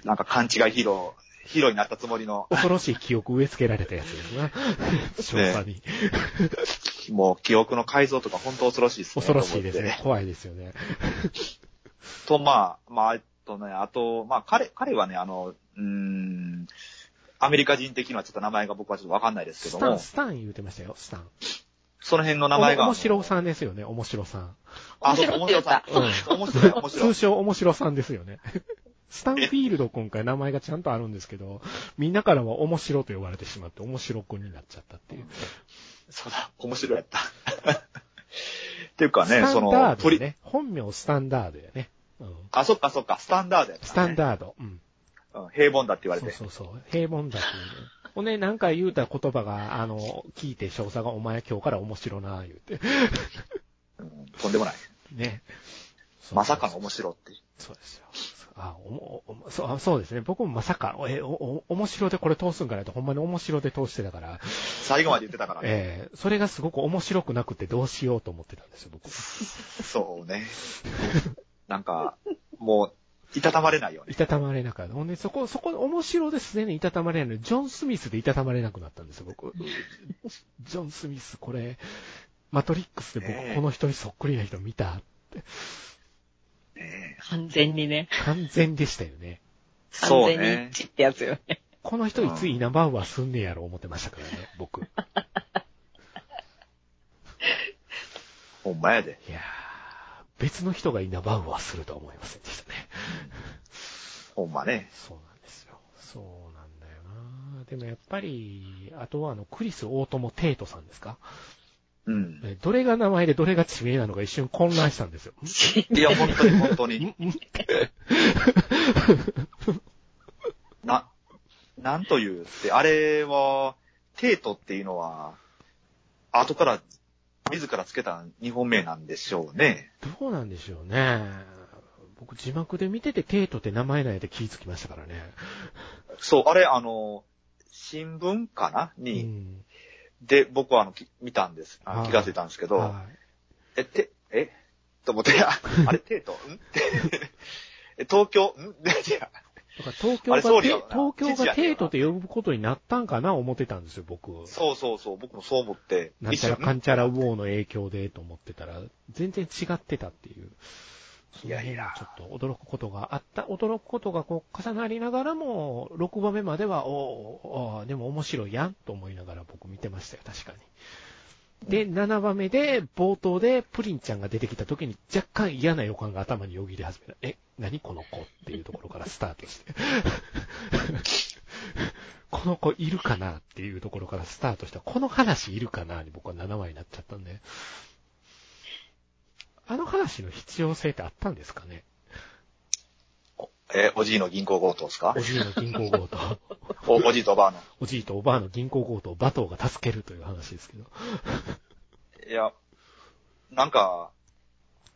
なんか勘違いヒーロー、ヒーローになったつもりの、恐ろしい記憶植え付けられたやつです な。少佐に。もう記憶の改造とか本当恐ろしいですね。恐ろしいですね。と思って。怖いですよね。と、まあ、まあ、えっとね、あと、まあ、彼、彼はね、あの、うーん、アメリカ人的にはちょっと名前が僕はちょっとわかんないですけスどタン、も、スタン言うてましたよ、スタン。その辺の名前が。おも白さんですよね、面白さん。あ、そう、面面白いっ白て言さっ。た面白い、面白通い。称面白さんです よね。スタンフィールド今回名前がちゃんとあるんですけど、みんなからは面白と呼ばれてしまって、面白くになっちゃったっていう。そうだ、面白いやった。っていうかスね、タそンダの、ード鳥、よね。本名スタンダードよね。うん。あ、そっかそっか、スタンダードやった、ね。スタンダード。うん。うん平凡だって言われそうて。そうそう。平凡だっていうね。ほんで、なんか言うた言葉が、あの、聞いて少佐がお前今日から面白な、言うて。うんとんでもない。ね。そうまさかの面白っていう。そうですよ。あ、おも、おもそうあそうですね。僕もまさか、え、お、お、面白でこれ通すんかなと、ほんまに面白で通してたから、最後まで言ってたからね。ええそれがすごく面白くなくてどうしようと思ってたんですよ、僕。そうね。なんか、もう、いたたまれないよね。いたたまれなかった。ほんで、そこ、そこ、面白ですね、いたたまれないの。ジョン・スミスでいたたまれなくなったんですよ、 僕。ジョン・スミス、これ、マトリックスでね僕、えこの人にそっくりな人見た。ねえ完全にね。完全でしたよね。完そう全にね。一致ってやつよね。この人いつイナバウアーすんねやろ思ってましたからね、 僕。いほんまやで。やー、別の人がイナバウアーするとは思いませんでしたね。ほんまね。そうなんですよ。そうなんだよなでもやっぱり、あとはあの、クリス・大友テイトさんですかうん。えどれが名前でどれが地名なのか一瞬混乱したんですよ。いや、本当に本当 に。んんな、なんというって、あれは、テイトっていうのは、後から、自らつけた日本名なんでしょうね。どうなんでしょうね。僕字幕で見ててテイトって名前ないで気づきましたからね。そう、あれ、あの、新聞かなうに、ん。で、僕はあの、き見たんです。あーあ気がついたんですけど、はいえ、て、えと思って、ああれ、テイトん ってえ東京ん でいやだから東京があれ総テ、理やろな東京知が事やねんテイよなトって呼ぶことになったんかな思ってたんですよ、僕。そうそうそう、僕もそう思って、なんちゃらかんんちゃらウォーの影響でと思ってたら、全然違ってたっていう。いやいやその辺がちょっと驚くことがあった、驚くことがこう重なりながらも、6番目までは、おーおーでも面白いやんと思いながら僕見てましたよ、確かに。で、7番目で、冒頭でプリンちゃんが出てきた時に若干嫌な予感が頭によぎり始めた。え、何この子っていうところからスタートして。 この子いるかなっていうところからスタートした。この話いるかなに僕は7話になっちゃったんで。あの話の必要性ってあったんですかねえ、おじいの銀行強盗ですかおじいの銀行強 盗。おおじいとおばあの。おじいとおばあの銀行強盗をバトーが助けるという話ですけど。いや、なんか、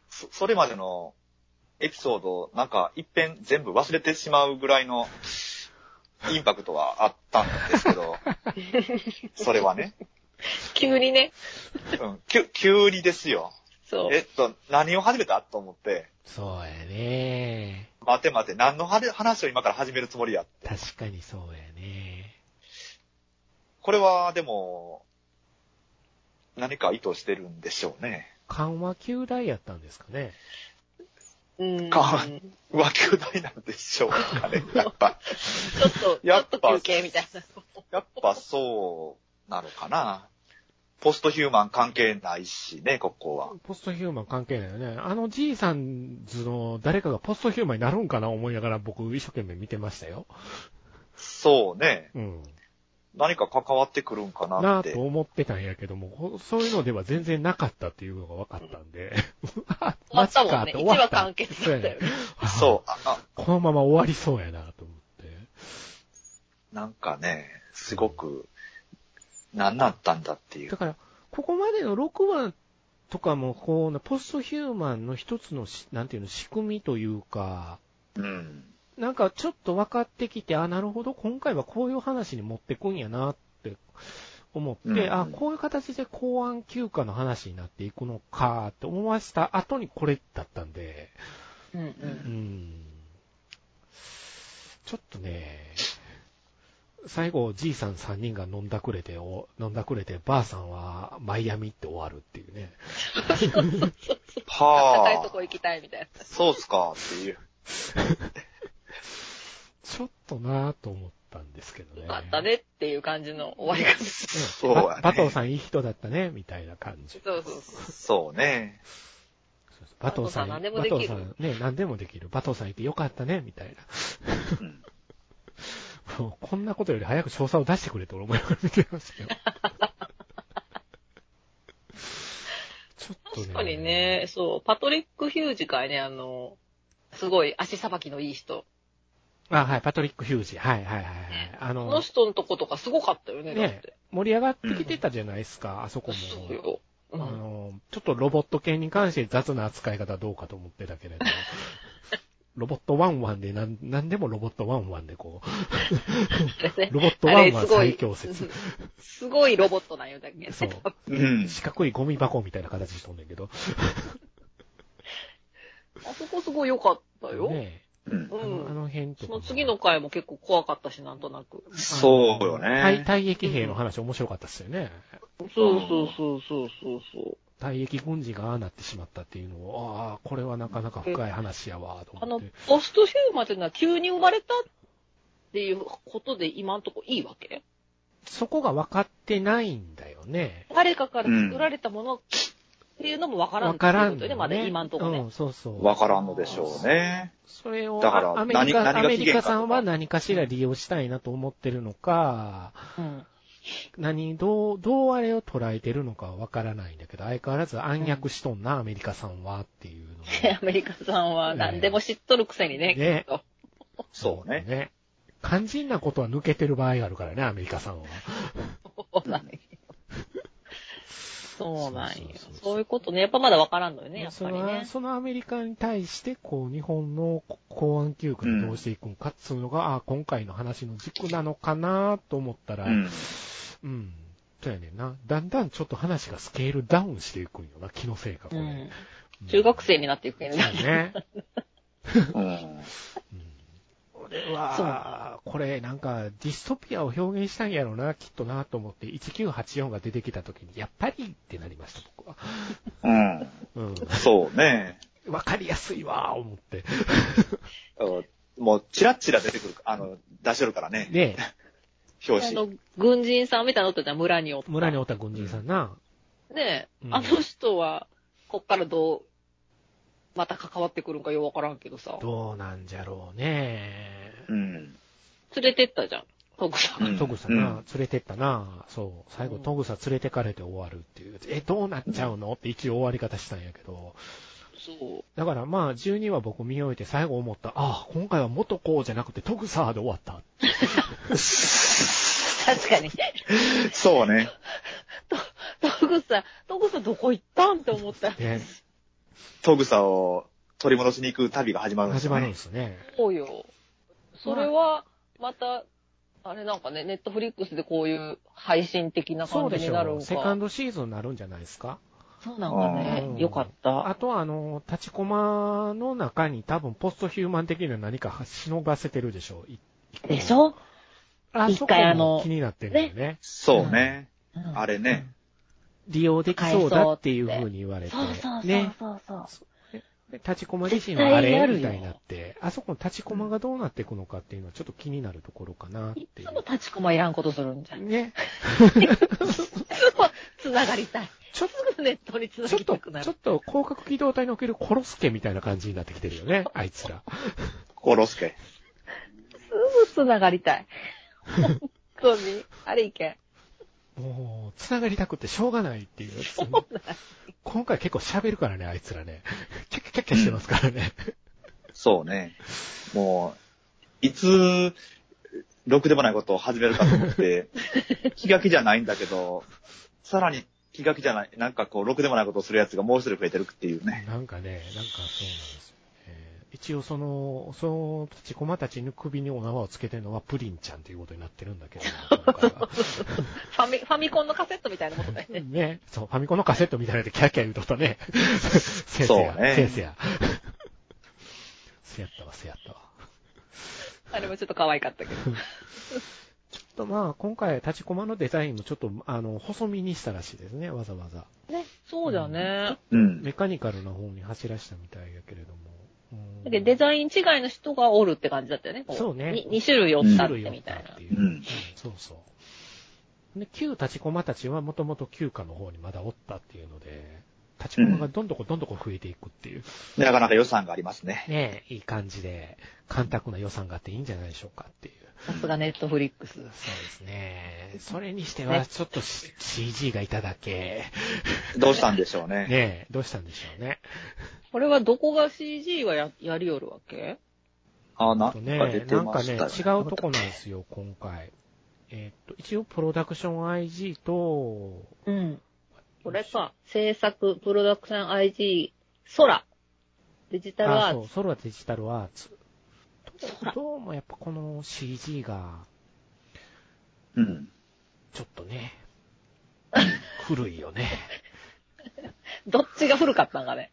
そ、それまでのエピソード、なんか一遍全部忘れてしまうぐらいのインパクトはあったんですけど、それはね、急にね。うん、きゅ急にですよ。そう。えっと、何を始めたと思って、そうやね待て待て、何のはで話を今から始めるつもりや。確かにそうやねこれはでも、何か意図してるんでしょうね。緩和球大やったんですかねうん。ちょか浮気大なんでしょうかね、やっぱ。っと、 ちょやっっとぱ休憩みたいな。やっぱそうなのかな。ポストヒューマン関係ないしね、ここは。ポストヒューマン関係ないよね。あのじいさん図の誰かがポストヒューマンになるんかな思いながら僕一生懸命見てましたよ。そうね。うん。何か関わってくるんかななっあてと。思ってたんやけども、こそういうのでは全然なかったっていうのが分かったんで。あ終わった もんね。と一話完結だったよね。 そうああ。このまま終わりそうやなと思って。なんかね、すごく、何だったんだっていだう。から、ここまでの6話とかも、こう、ポストヒューマンの一つのし、なんていうの、仕組みというか、うん。なんかちょっと分かってきて、あ、なるほど、今回はこういう話に持ってくんやなって思って、うんあ、こういう形で公安休暇の話になっていくのかって思わせた後にこれだったんで、うんう。うんん。ちょっとね、最後、じいさん3人が飲んだくれて、お飲んだくれて、ばあさんはマイアミって終わるっていうね。高いとはこ行きたいみたいあ、そうっすかっていう。ちょっとなぁと思ったんですけな。どね。よかったねっていう感じの終わり方。うん。そうばやバトーね。さんいい人だったね、みたいな感じ。そうそうそう。そうね。バトーさん、ババトーさん何でもできトるーさん、ね、何でもできる。バトーさんいてよかったね、みたいうんな。 もうこんなことより早く調査を出してくれと俺思いながら見てまし たよ。ちょっと確ね。かにね、そう、パトリック・ヒュージかいね、あの、すごい足さばきのいい人。あ、はい、パトリック・ヒュージ。はい、はい、はいはい。あこのの、人のとことかすごかったよね、だねって。盛り上がってきてたじゃないですか、あそこも。そうよ。うあ ん。の、ちょっとロボット系に関して雑な扱い方どうかと思ってたけ れど、ロボットワンワンでなん、なんでもロボットワンワンでこあれう、ねロボットあワンれワンすごい最強説。すごいロボットなんよ、だけどね。そう。うん。四角いゴミ箱みたいな形しとんねんけど。あそこすごい良かったよ。ねうんうあのあん。の辺とそかのも。次の回も結構怖かったし、なんとなく。そうよ退ね。退役兵の話面白かったですよね。そうそうそうそうそうそう。退役軍人がああなってしまったっていうのを、ああ、これはなかなか深い話やわ、とあ思っのて。、ポストヒューマンっていうのは急に生まれたっていうことで今んとこいいわけそこが分かってないんだよね。誰かから作られたものっていうのもわからん分からっんていのうことよね、まだ今んとこうね。ん、そうそう。わからんのでしょうね。それを、だからあアメ何リカ、何がアメリカさ期限かとんかは何かしら利用したいなと思ってるのか、うん。何、どう、どうあれを捉えてるのかはわからないんだけど、相変わらず暗躍しとんな、アメリカさんはっていうの アメリカさんは何でも知っとるくせにね。ねきっとそうね。ね。肝心なことは抜けてる場合があるからね、アメリカさんは。そうなんよ。そうなんよそうそうそう。そうそういうことね。やっぱまだわからんのよね、やっそぱりのね。そのアメリカに対して、こう、日本の公安休暇にどうしていくのかっつうのが、あ今回の話の軸なのかなと思ったら、うん。うん。そうやねんな。だんだんちょっと話がスケールダウンしていくんよな、気のせいか、こうれ。ん。うん中学生になっていくけどそうやね。ね。うん。これは、これなんかディストピアを表現したんやろうな、きっとなと思って、1984が出てきた時に、やっぱりってなりました、僕は。うん。うそうね。ん。わかりやすいわ、思って。もう、チラッチラ出てくる、あの、出しとるからね、で、表あ紙。の、軍人さんみたいなのってたら村におった。村におった軍人さんな、ねえ、うんあの人は、こっからどう、また関わってくるんかようわからんけどさ、どうなんじゃろうね。うん。連れてったじゃん、トグさん。うんトグサうな、ん連れてったな、そう。最後、うんトグサ連れてかれて終わるっていう。え、どうなっちゃうのって一応終わり方したんやけど。そう。だからまあ、12話僕見終えて最後思った、ああ、今回は元こうじゃなくてトグサーで終わった。確かに。そうね。トグさん、トグさんどこ行ったんって思った。ね、トグサを取り戻しに行く旅が始まるんです始よまるんねで。すね。そうよ。それは、また、あれなんかね、ネットフリックスでこういう配信的なそ感うじでしになるょんう。か。セカンドシーズンになるんじゃないですか。そうなんかねう。んよかった。あとは、あの、立ちコマの中に多分ポストヒューマン的な何か忍ばせてるでしょう。いでしょ、あ一そこ回あのも気になってるんだよね。そうね。うんあれね。利用できそうだっていう風に言われて。そうそうそうね。そうそう。で立ちコマ自身はあれみたいになって、あそこの立ちコマがどうなっていくのかっていうのはちょっと気になるところかなっいていつも立ちこまいらんことするんじゃんう。。ね。 つながりたい。ちょっとすぐネットにつなちょっぎと、たくなる。ちょっと、広角機動隊におけるコロスケみたいな感じになってきてるよね、あいつら。コロスケ。すぐつながりたい。本当に。あれいけん。もう、繋がりたくてしょうがないっていう。今回結構喋るからね、あいつらね。キャッキャッキャッキャしてますからね。そうね。もう、いつ、ろくでもないことを始めるかと思って、気が気じゃないんだけど、さらに気が気じゃない、なんかこう、ろくでもないことをするやつがもう一人増えてるっていうね。なんかね、なんかそうなんですよ。えー一応その、その、ちこまたちの首にお縄をつけてるのはプリンちゃんということになってるんだけど、今回はファミ、ファミコンのカセットみたいなことだよね。ね、そう、ファミコンのカセットみたいなのでキャーキャー言うとったね。せやそうねせや、せや。せやったわ、せやったわ。あれもちょっと可愛かったけど。ちょっとまあ、今回、立ちコマのデザインもちょっと、あの、細身にしたらしいですね、わざわざ。ね、そうだね。うん。メカニカルな方に走らしたみたいやけれども。うんだけどデザイン違いの人がおるって感じだったよね。こそうねに2種類おったっ種類てをみたいなって。いうう。ん。そうそう。で、旧立ちコマたちはもともと旧家の方にまだおったっていうので、立ちコマがどんどこどんどこ増えていくっていう。なかなか予算がありますね。ねえ、いい感じで、簡単な予算があっていいんじゃないでしょうかっていう。さすがネットフリックス。そうですね。それにしては、ちょっとし CG がいただけ。どうしたんでしょうねね。え、どうしたんでしょうね。これはどこが CG はややりよるわけあ、なあんとかね、出てなんまかしたね、よ違うとこなんですよ、今回。えーっと、一応、プロダクション IG と、うん。これか。制作、プロダクション IG、空。デジタルあ、アそーう、ツ。ソロはデジタルアーツ。空どうもやっぱこの CG が、うん。ちょっ とね、古いよね。どっちが古かったんかね。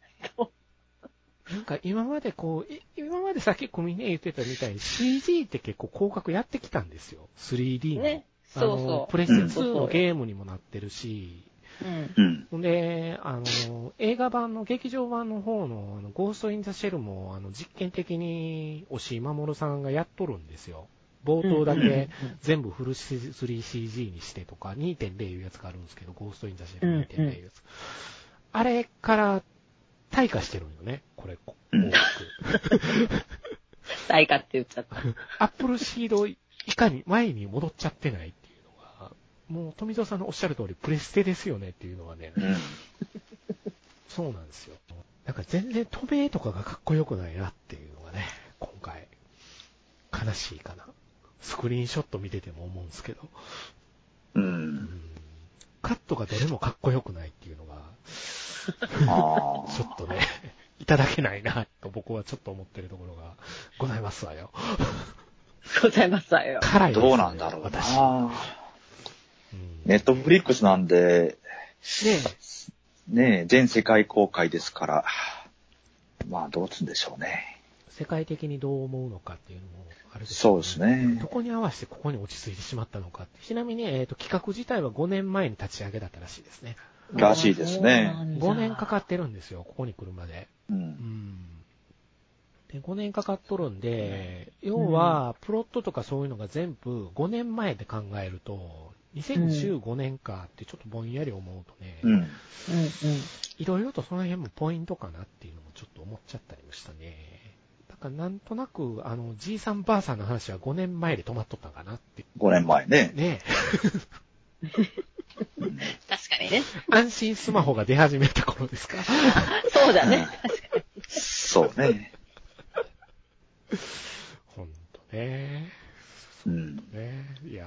なんか今までこう、い今ままでさっきコミネ言ってたみたいに CG って結構広角やってきたんですよ。3D の。ね。あそうのそプレステ2のゲームにもなってるし、う。うん。うん。ほんで、あの、映画版の劇場版の方の、あの、ゴーストインザシェルも、あの、実験的に、押井守さんがやっとるんですよ。冒頭だうんうんうけ、全部フル 3CG にしてとか、2.0いうやつがあるんですけど、ゴーストインザシェル2.0いうやつ。あれから、退化してるんよね、これ、こうんこう大化って言っちゃった。アップルシード以下に、前に戻っちゃってないっていうのが、もう、富蔵さんのおっしゃる通り、プレステですよねっていうのはね、うん。そうなんですよ。なんか全然飛べとかがかっこよくないなっていうのがね、今回、悲しいかな。スクリーンショット見てても思うんですけど、ううんん。カットがどれもかっこよくないっていうのが、あちょっと ね、いただけないな、と僕はちょっと思ってるところがございますわよ。ございますわよ。辛いであ。すねどうなんだろう私。な。うんネットフリックスなんで、ねねえ、全世界公開ですから、まあどうすんでしょうね。世界的にどう思うのかっていうのもあるでしそょうねですねど。こに合わせてここに落ち着いてしまったのかって。ちなみに、えっ、と、企画自体は5年前に立ち上げだったらしいですね。らしいですね5年かっかってるんですよ、ここに来るまで。う。うんん。で、5年かかっとるんで、要は、プロットとかそういうのが全部5年前で考えると、2015年かってちょっとぼんやり思うとね、うん。うんうん。いろいろとその辺もポイントかなっていうのもちょっと思っちゃったりもしたね。だからなんとなく、あの、じいさんばあさんの話は5年前で止まっとったかなって。 5年前ね。ね確かにね。安心スマホが出始めた頃ですか。そうだね。そうね。ほんとね。うん。ね、いやー、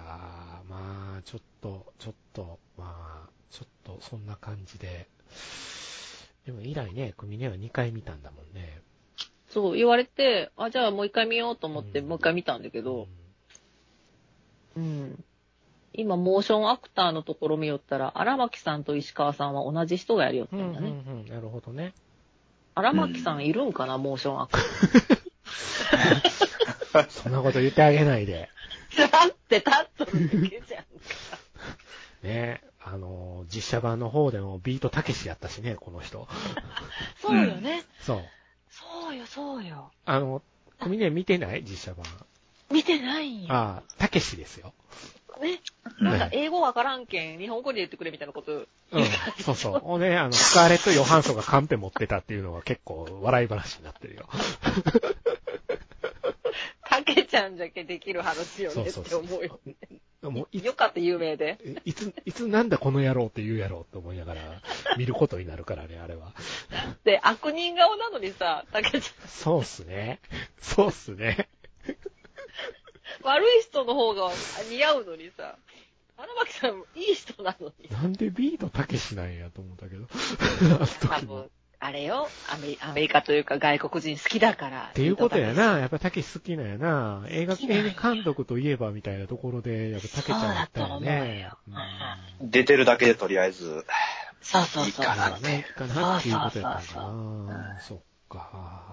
まあ、ちょっと、ちょっと、まあ、ちょっと、そんな感じで。でも以来ね、組ねは2回見たんだもんね。そう、言われて、あ、じゃあもう一回見ようと思って、うんもう一回見たんだけうどん、うん。今、モーションアクターのところ見よったら、荒牧さんと石川さんは同じ人がやりよったうんん、だうね。ん、うん、なるほどね。荒牧さんいるんかな、モーションアクそんなこと言ってあげないで。ター。だって立っとるだけじゃんか。ね、あのー、実写版の方でもビートたけしやったしね、この人。そうよね。そう。そうよ、そうよ。あの、組ね見てない実写版。見てないんよ。ああ、たけしですよ。ね。うんなんか英語わからんけん、日本語で言ってくれみたいなこと。うん、そうそう。ほんで、あの、スカーレット・ヨハンソンがカンペ持ってたっていうのは結構笑い話になってるよ。たけちゃんじゃけできる話よねっそうてそう思うよ。もういよかった有名で。いつ、いつなんだこの野郎って言うやろうって思いながら見ることになるからね、あれは。で、悪人顔なのにさ、たけちそうっすね。そうっすね。ゃん、悪い人の方が似合うのにさ、荒牧さんいい人なのに。なんでビートたけしなんやと思ったけど。あの多時も。っ分、あれよアメリ、アメリカというか外国人好きだから。ていうことやビートな。やっぱたけし好きなんやな。映画、好きなんや映画監督といえばみたいなところで、やっぱたけちゃんやったよね。そううんだと出てるだけでとりあえず、たけし。そうそうそういいなかなんかね、いいかなっていうことやったんかそうな。そっか。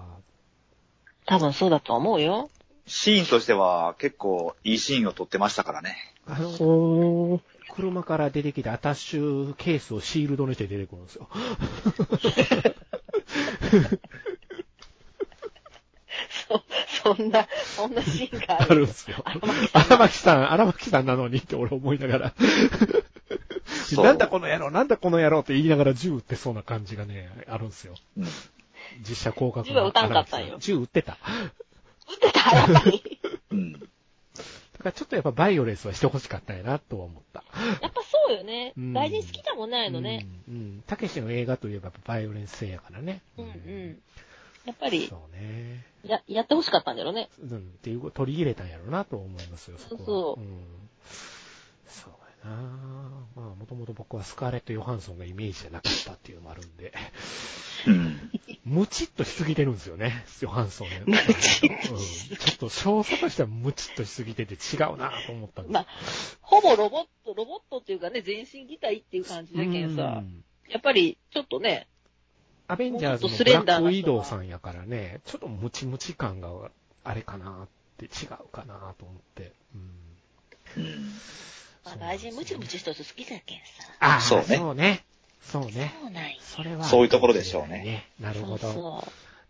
多分そうだと思うよ。シーンとしては結構いいシーンを撮ってましたからね。あの、そう。車から出てきたアタッシュケースをシールドにして出てくるんです よ。そ、そんな、そんなシーンがあある。るんですよ。荒牧さん、荒牧さんなのにって俺思いながら。そうなんだこの野郎、なんだこの野郎って言いながら銃撃ってそうな感じがね、あるんですよ。うん。実写広角銃は撃たんかったんよ銃撃ってた。撃ってた、やっぱ り。うん。だからちょっとやっぱバイオレンスはしてほしかったんやなとは思った。やっぱそうよね。うん外人好きだもんね、ああいうのね。うん。うん。たけしの映画といえばやっぱバイオレンス性やからね。うんうん。やっぱりそ、うね。や、やってほしかったんだろうね。うん、っていう、取り入れたんやろうなと思いますよ、そこそうは。。そうんそうやなまあ、もともと僕はスカーレット・ヨハンソンがイメージじゃなかったっていうのもあるんで、うん。ムチっとしすぎてるんですよね、ヨハンソンね。ムチうん、ちょっと、少佐としてはムチっとしすぎてて違うなと思ったんですまあ、ほぼロボット、ロボットっていうかね、全身擬態っていう感じだけんさ、やっぱり、ちょっとね、アベンジャーズもうちょっとスのブレランダーなッ人クがウィドウさんやからね、ちょっとムチムチ感があれかなって、違うかなと思って。うんまあ、外人ムチムチしとつ好きだけんさ。ああ、そうねそうね。そうね。そうなんや。それは。そういうところでしょうね。なるほど。そう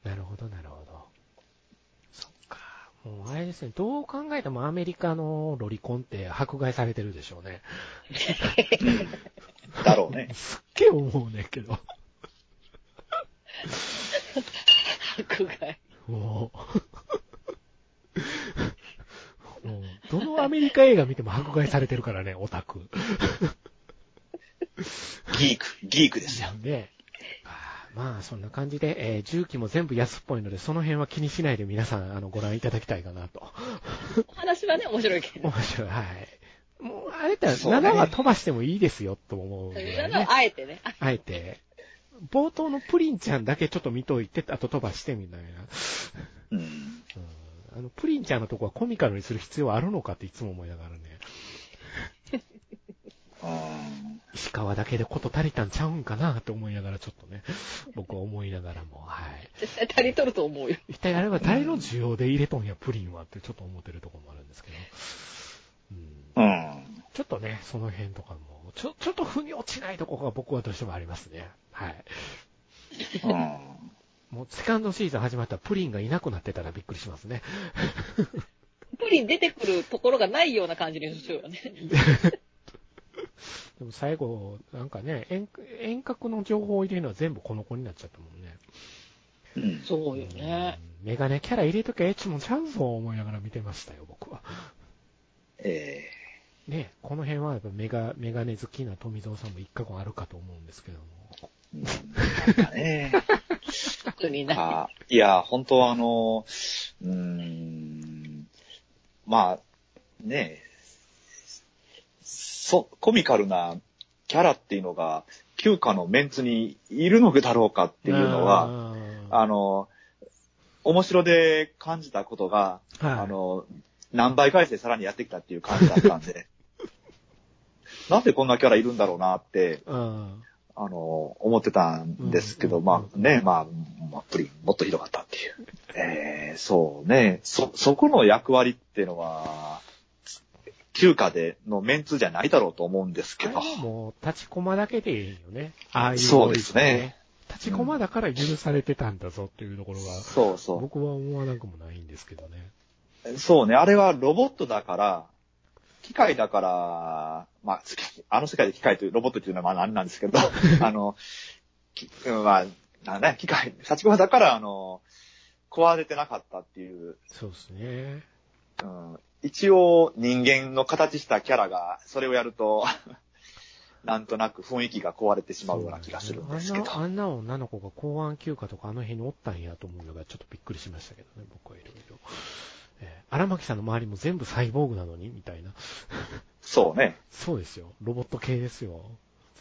そなるほど、なるほど。そっか。もうあれですね、どう考えてもアメリカのロリコンって迫害されてるでしょうね。だろうね。すっげえ思うねんけど。迫害。もう。 もう、どのアメリカ映画見ても迫害されてるからね、オタク。ギーク、ギークですよ。で、あーまあ、そんな感じで、えー重機も全部安っぽいので、その辺は気にしないで皆さん、あの、ご覧いただきたいかなと。お話はね、面白いけど。面白い。はい。もう、あれだったそうら、ね7は飛ばしてもいいですよ、と思うぐらいね、なのはあえてね。ああえて、冒頭のプリンちゃんだけちょっと見といて、あと飛ばしてみたいな。うん。あの、プリンちゃんのとこはコミカルにする必要あるのかっていつも思いながらね。うん石川だけでこと足りたんちゃうんかなって思いながらちょっ とね、僕は思いながらも、はい。絶対足りとると思うよ。一体あれは誰の需要で入れとんや、プリンはってちょっと思ってるところもあるんですけど。うんうん。ちょっとね、その辺とかも、ちょ、ちょっと腑に落ちないとこが僕はどうしてもありますね。はい。うん。もうセカンドシーズン始まったらプリンがいなくなってたらびっくりしますね。プリン出てくるところがないような感じにしようよね。でも最後、なんかね、遠遠隔の情報を入れるのは全部この子になっちゃったもんね。うんそうよね。うんメガネキャラ入れときゃエッチもんちゃうぞ思いながら見てましたよ、僕は。えね、この辺はやっぱメガ、メガネ好きな富蔵さんも一過後あるかと思うんですけども。えうんなんかね。特にな。あ いや、本当はあの、うーん、まあ、ねえ、そ、コミカルなキャラっていうのが、旧家のメンツにいるのだろうかっていうのは、ああの、面白で感じたことが、ー、はい、あの、何倍回生さらにやってきたっていう感じだった んで、なんでこんなキャラいるんだろうなって、うん、あの、思ってたんですけど、うんまあね、まあ、まあ、プリン、もっとひどかったっていう。ええそうね、そ、そこの役割っていうのは、中華でのメンツじゃないだろうと思うんですあけれどは、もう立ちコマだけでいいよね。ああいう、そうですね。立ちコマだから許されてたんだぞっていうところが、そうそ僕は思わなくもないんですけどね。う。そうね、あれはロボットだから、機械だから、まあ、つあの世界で機械という、ロボットというのはまああれなんです けど、あの、きまあ、なんだね、機械、立ちコマだから、あの、壊れてなかったっていうそうですね。うん一応人間の形したキャラが、それをやると、 なんとなく雰囲気が壊れてしまうような気がするんですけど。あんな、あんな女の子が公安休暇とかあの辺におったんやと思うのがちょっとびっくりしましたけどね、僕はいろいろ。えー荒牧さんの周りも全部サイボーグなのにみたいな。そうね。そうですよ。ロボット系ですよ。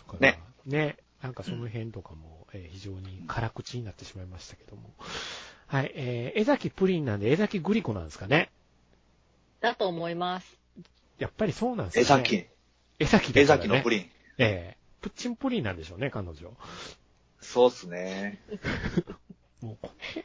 だからね。ね。なんかその辺とかも、えー非常に辛口になってしまいましたけども。はい。えー江崎プリンなんで江崎グリコなんですかね。だと思います。やっぱりそうなんです江ね。崎、江崎江だから崎ね。のプリン。えープッチンプリンなんでしょうね、彼女。そうっすね。もうこれ、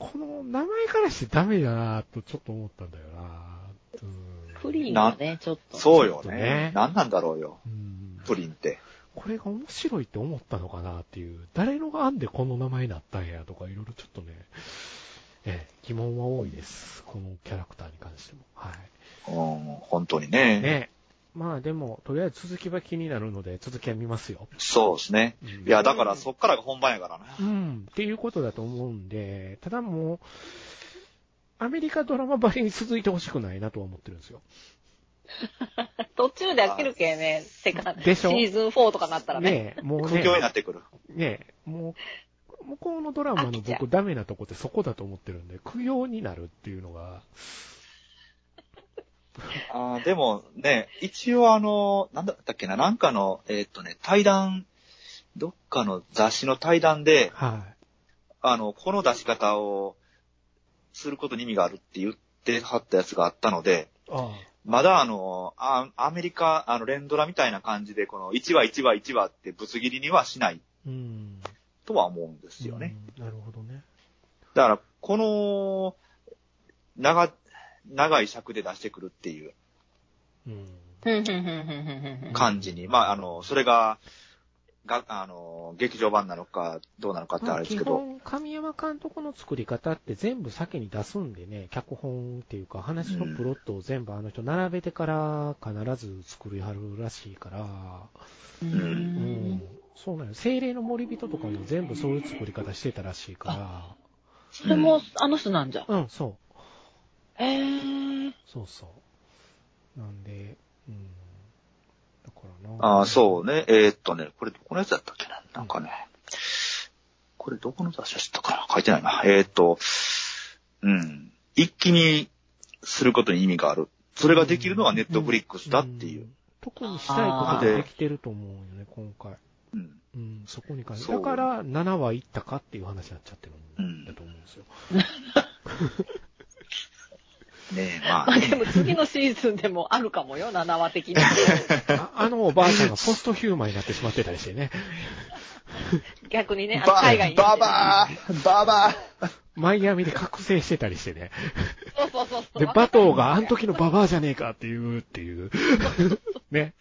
この名前からしてダメだなぁとちょっと思ったんだよなうんプリンはね、ちょっと。そうよちょっとねね。何なんだろうよ。うん。プリンって。これが面白いって思ったのかなっていう、誰のがあんでこの名前になったんやとかいろいろちょっとね、ええ疑問は多いです。このキャラクターに関しても。はうん、本当にい。ね。ねまあでも、とりあえず続きは気になるので、続きは見ますよ。そうですね。うんいや、だからそっからが本番やからな。うん、っていうことだと思うんで、ただもう、アメリカドラマばりに続いてほしくないなとは思ってるんですよ。途中で飽きるけね、セカンド。でしょシーズン4とかなったらね。ねえ、もう苦ね境になってくる。ねえ、もう、向こうのドラマ飽のきちゃ僕うダメなとこってそこだと思ってるんで、苦行になるっていうのが、あーでもね、一応あの、なんだったっけな、なんかの、えーっとね、対談、どっかの雑誌の対談で、はあの、この出し方をすることに意味があるって言ってはったやつがあったので、い。あまだあの、あアメリカ、あの、連ドラみたいな感じで、この1話1話1話ってぶつ切りにはしないうん。とは思うんですよね。うんなるほどね。だから、この、長、長い尺で出してくるっていううん。ふんふんふんふんふんふんふん。感じに、まあ、あの、それが、が、あの、劇場版なのか、どうなのかってあれですけまど、基本、神山監督の作り方って全部先に出すんでね、脚本っていうか、話のプロットを全部あの人並べてから必ず作りはるらしいから、う。うんそうなんよ。精霊の森人とかも全部そういう作り方してたらしいかそれも、あの人なんじゃ。ら、うん、そう。へ ー。そうそう。なんで、うん。だからな。ああ、そうね。えーっとね、これどこのやつだったっけななんかね。これどこの雑誌だったかな書いてないな。えーっと、うん。一気にすることに意味がある。それができるのはネットフリックスだっていう。ん特にしたいことができてると思うよね、今回。うん。うん、そこに関して。そだうから、7話いったかっていう話になっちゃってるんだと思うん ですよ。ねえ、ままああね、でも次のシーズンでもあるかもよ、7話 的に。ああのおばあちゃんがポストヒューマンになってしまってたりしてね。逆にね、あのば海外に。ばばーばばマイアミで覚醒してたりしてね。そうそうそうそう。で、バトーがあの時のババアじゃねえかっていうっていう。 ね。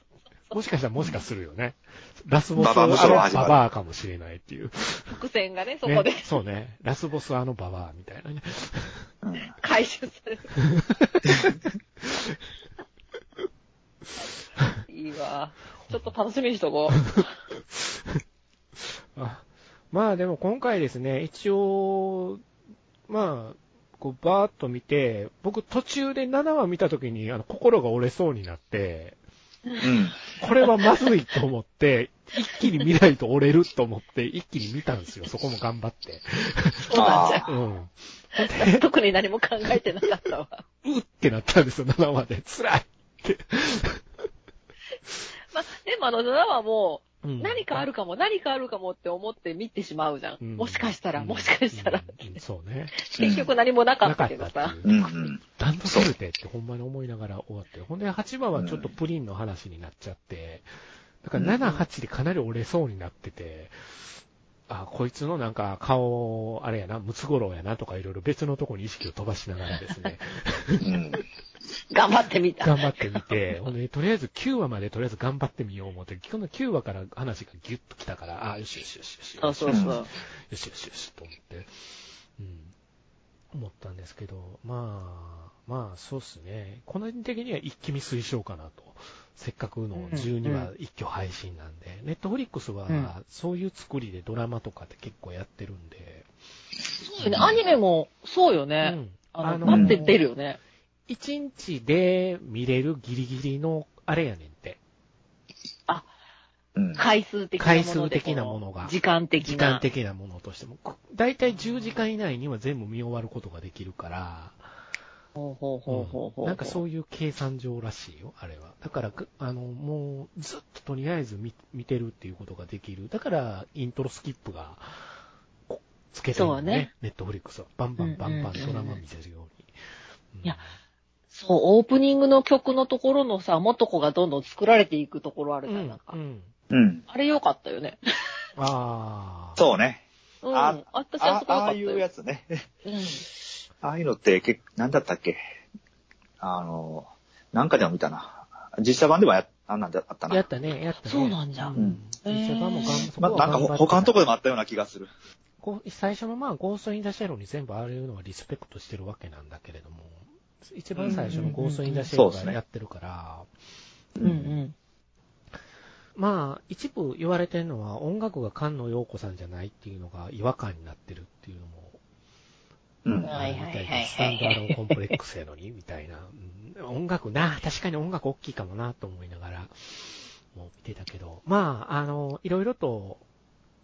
もしかしたらもしかするよね。ラスボスババアあのの人が始まバるバアかもしれないっていう。伏線がね、そこねで、そうね。ラスボスあのババアみたいなね。ー回収さ れる。いいわ。ちょっと楽しみにしとこう。 あまあでも今回ですね、一応、まあ、こうバーっと見て、僕途中で7話見た時にあの心が折れそうになって、うん。これはまずいと思 って、一気に見ないと折れると思って、一気に見たんですよ。そこも頑張って。そうなんじゃ。うん。特に何も考えてなかったわ。うってなったんですよ、7話で。辛いって。まあ、でもあの、7話も、うん何かあるかも、何かあるかもって思って見てしまうじゃん。うんもしかしたら、うんもしかしたら。うんうんそうね。結局何もなかったけどなかさっ。たうん。うん。ダントツルテってほんまに思いながら終わってる。ほんで8話はちょっとプリンの話になっちゃって、だから7、8でかなり折れそうになってて、あ、こいつのなんか顔、あれやな、ムツゴロウやなとかいろいろ別のとこに意識を飛ばしながらです ね、うん。頑張ってみた。頑張ってみて、ほんで、とりあえず9話までとりあえず頑張ってみよう思って、今度9話から話がギュッと来たから、あ、よしよしよしよし。そうそうそう。よしよしよしと思って、うん、思ったんですけど、まあ、まあ、そうっすね。個人的には一気見推奨かなと。せっかくのうん12話一挙配信なんで、ネットフリックスはんそういう作りでドラマとかって結構やってるんで、そうねアニメもそうようね。んあの、あの待って出るよね。一日で見れるギリギリのあれやねんって、うん。回数的なもので。回数的なものがこ時間的な。時間的なものとしても、だいたい10時間以内には全部見終わることができるから、ほうほうほうほうほう。なんかそういう計算上らしいよ、あれは。だから、くあの、もう、ずっととりあえず見見てるっていうことができる。だから、イントロスキップが、こつけてるそのうねね。ネットフリックスは。バンバンバンバンうんうんうドんラマ見せるように。うんいや、そう、オープニングの曲のところのさ、元子がどんどん作られていくところあるうじゃん。んなんか、うん。うん。あれ良かったよね。ああ。そうね。うん。あ私はあすごい良あかっあたいよ。うやつね。うん。ああいうのって、けなんだったっけあの、なんかでも見たな。実写版ではや、あんなんだあったな。やったね、やったね。そうなんじゃ。うんん。実写版も頑張そこま、はな頑ん張かってほ他のとこでもあったような気がする。こう最初のまあ、ゴーストインダシェロに全部ああいうのはリスペクトしてるわけなんだけれども、一番最初のゴーストインダシェロうんうんうんそうですがねやってるから、うんうん。まあ、一部言われてるのは音楽が菅野陽子さんじゃないっていうのが違和感になってるっていうのも、うん。あはいるみはたいはいいではいスタンドアロンコンプレックスやのに、みたいな。うん音楽な、確かに音楽大きいかもなと思いながら、もう見てたけど、まあ、あの、いろいろと、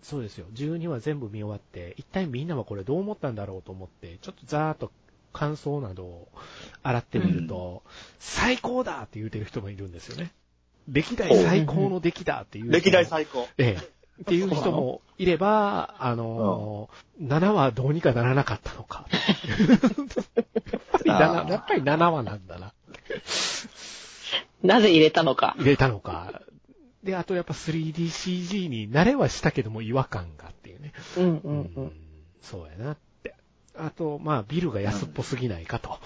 そうですよ、12話全部見終わって、一体みんなはこれどう思ったんだろうと思って、ちょっとざーっと感想などを洗ってみると、最高だって言うてる人もいるんですよね。歴代最高の出来だっていう人も。歴代最高。ええ。っていう人もいれば、あのー、7話どうにかならなかったのか。やっぱりあ7、ーやっぱり7話なんだな。なぜ入れたのか。入れたのか。で、あとやっぱ 3DCG に慣れはしたけども違和感がっていう。いうね。うんううんうん。そうやなって。あと、まあ、ビルが安っぽすぎないかと。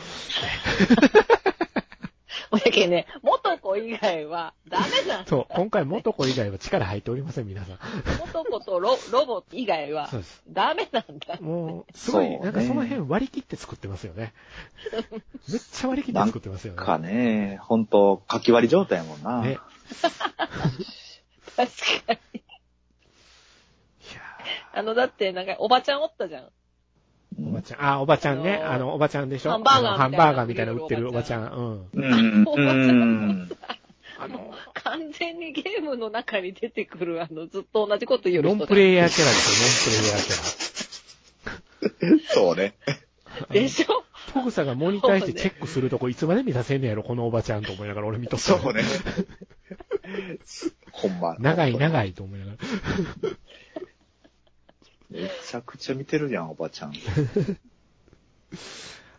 おやけね、元子以外はダメ なんだ。そう、今回、元子以外は力入っておりません、皆さん。元子とロロボ以外はそうです。ダメなんだ。もう、すごそうい、ねなんかその辺割り切って作ってますよ ね。めっちゃ割り切って作ってますよね。かね、ほんと、かき割り状態やもんな。ね。いや確かに。あの、だって、なんか、おばちゃんおったじゃん。うーおばん。ちゃん、あ、おばちゃんね。あのーあの、おばちゃんでしょハンバーガーあのハンみたいなバーガーみたいなの売ってるおばちゃん。うん。うん。うん。あの、完全にゲームの中に出てくる、あの、ずっと同じこと言う人ノンプレイヤーキャラですよ、ノンプレイヤーキャラ。そうね。でしょトグサがモニターしてチェックするとこいつまで見させんねやろ、このおばちゃんと思いながら俺見とった。そうね。ほんま。長いい。長いと思いながら。めちゃくちゃ見てるやん、おばちゃん。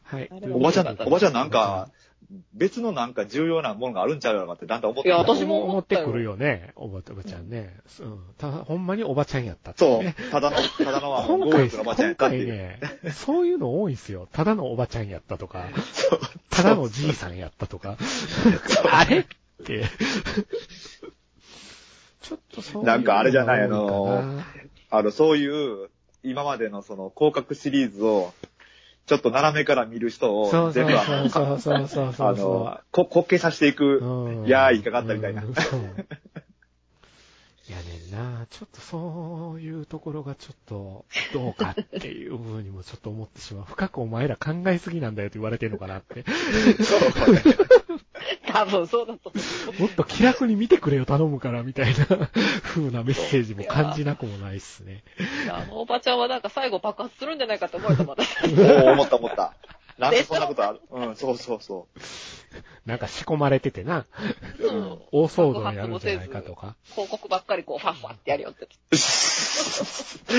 はい。おばちゃん、おばちゃんなんか、別のなんか重要なものがあるんちゃうやろかってだんだん思っていやた。私も思ったよ思ってくるよね、おばおばちゃんね。うん。たほんまにおばちゃんやったってそね。う。ただの、ただのあの、今ゴー回、ルドのおばちゃん今やったっ回ていう。ね、そういうの多いんすよ。ただのおばちゃんやったとか、そうただのじいさんやったとか。あれって。ちょっとそういうのが多なんかあれじゃないあの多いかなあの、そういう、今までのその、広角シリーズを、ちょっと斜めから見る人を、そうそ全う部あの、そうそうそうそあうそうの。、こ、滑稽させていく、うんいやー、いかかったみたいな。うんそういやねんな、ちょっとそういうところがちょっとどうかっていうふうにもちょっと思ってしまう。深くお前ら考えすぎなんだよと言われてるのかなって。そうね。多分そうだと思もっと気楽に見てくれよ頼むからみたいな 風なメッセージも感じなくもないっすね。う。あのおばちゃんはなんか最後爆発するんじゃないかって思われたもん、私。おー思った思った。なんでそんなことあるうん、そうそうそなんか仕込まれててな、う。ううんん、大騒動になるんじゃないかとか。広告ばっかりこう、ファッファってやるよって。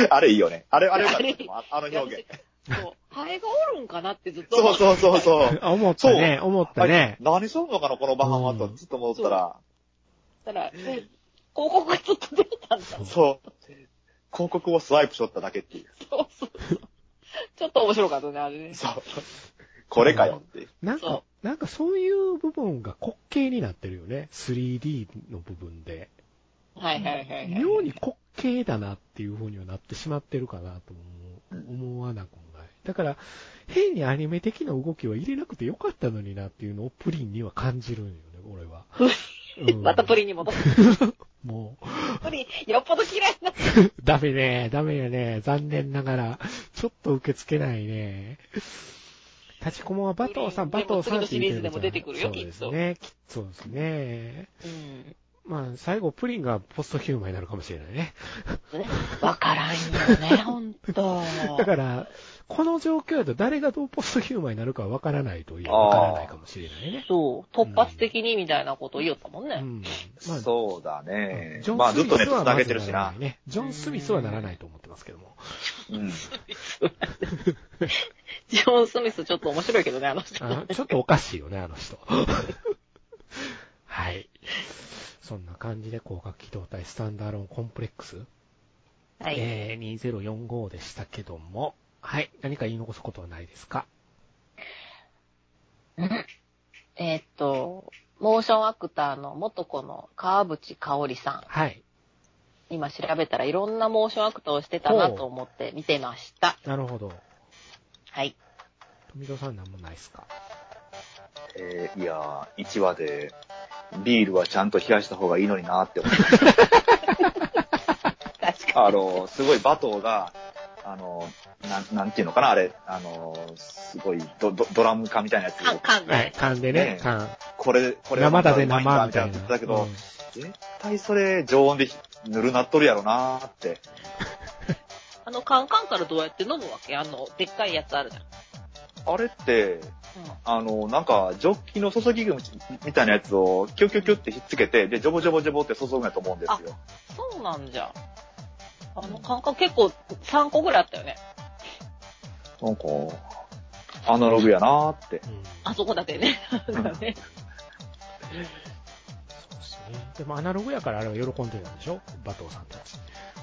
あれいいよね。あれ、あれよかったあれでもああの表現。現。そう。ハエがおるんかなってずっと思そうって。そうそうそう。あ思ったね、思ったねあれ。何すんのかな、このバハマとうんずっと思ったら。たら、え広告がずっと出てたんだ。そうそう。広告をスワイプしとっただけっていう。そうそう。ちょっと面白かったね、あれね。そう。これかよっていう。なんかそ、なんかそういう部分が滑稽になってるよね。3D の部分で。はいはいはいはい。妙に滑稽だなっていう風にはなってしまってるかなともうん思わなくもない。だから、変にアニメ的な動きは入れなくてよかったのになっていうのをプリンには感じるんよね、俺は。うんまたプリンに戻って、もう、 プリン、よっぽど嫌いな。ダメね、ダメよね、残念ながら、ちょっと受け付けないね。立ちこもはバトーさん、プバリンでもトーさんっ次て言ってるのシリーズでも出てくるよそうですね、きっとそうですね。うん。まあ、最後、プリンがポストヒューマンになるかもしれないね。わからんよね、ほんと。だから、この状況だと誰がどうポストヒューマンになるかわからないという、あーわからないかもしれないね。そう、突発的にみたいなこと言おったもんうね。ん。まあ、そうだうんねジョ。ンまあ、スずっミとネスットは繋まげずてるしなならい。ね。ジョン・スミスはならないと思ってますけども。うん。ジョン・スミスちょっと面白いけどね、あの人。あちょっとおかしいよね、あの人。はい。そんな感じで、広角機動隊スタンダーローンコンプレックス、はい。えー、2045でしたけども、はい。何か言い残すことはないですかえーっと、モーションアクターの元子の川淵香織さん。はい。今調べたらいろんなモーションアクターをしてたなと思って見てました。なるほど。はい。富戸さんなんもないですかえーいやー、1話で、ビールはちゃんと冷やした方がいいのになって思って。確か あの、すごいバトーが、あの、なん、なんていうのかな、あれ、あの、すごいド、ド、ドラム化みたいなやつに。。かん、かんはいね。。勘でねね、勘。これ、これ生だぜ、うまいん生だみみたいたないやな。つだけど、うん絶対それ、常温でぬるなっとるやろなーって。あの、カンカンからどうやって飲むわけあの、でっかいやつあるじゃん。あれって、あの、なんか、ジョッキの注ぎ口みたいなやつを、キュキュキュってひっつけて、で、ジョボジョボジョボって注ぐんやと思うんですよ。そうなんじゃ。あのカンカン結構3個ぐらいあったよね。なんか、アナログやなーって。あそこだけね。ん なんかねそうですね。でもアナログやからあれは喜んでたんでしょバトーさんたち。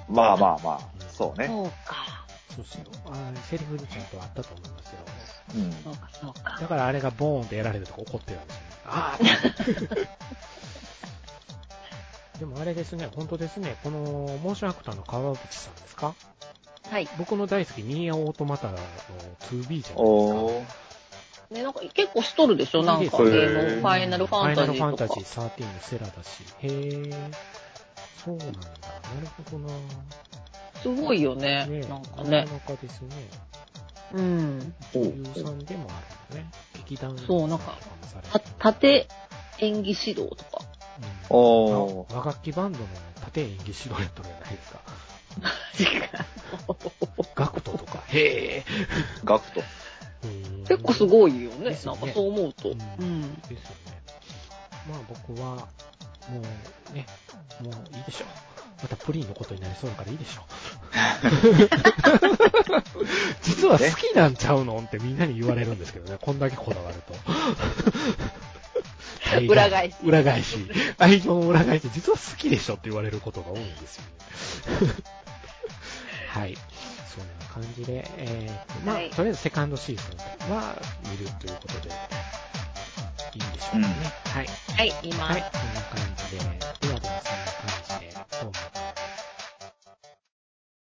まあまあまあ、そうね。そうか。そうそう。あセリフにちゃんとあったと思いますよ。うん。そうか、そうか。だからあれがボーンってやられたとか怒ってるんですよね。ああ でもあれですね、本当ですね、このモーションアクターの川口さんですかはい。僕の大好きニーアオートマタの 2B じゃないですか。おー。ね、なんか結構しとるでしょなんか、そうゲですーム、ファイナルファンタジーとか。ファイナルファンタジー13のセラだし。へえ。そうなんだ。なるほどな。すごいよね。ねなんかなね。かですね。うん。お優ー算でもあるのね。劇団そうなんかともされてた、縦演技指導とか。うんおー。和楽器バンドの縦演技指導やったじゃないですか。ガクトとか。へガクト。え。うん結構すごいよね。ですなよんねかそう思うと。ううんん。ですよね。まあ僕は、もうね、もういいでしょう。またプリンのことになりそうだからいいで しょう。実は好きなんちゃうのってみんなに言われるんですけどね、こんだけこだわると。大概 裏返し裏返し。愛情の裏返し、実は好きでしょって言われることが多いんです よね。はい。そんな感じで、えーまあ、はいとりあえずセカンドシーズンは見るということで、いいんでしょうかね。はい。はい、今。はい、こんな感じで、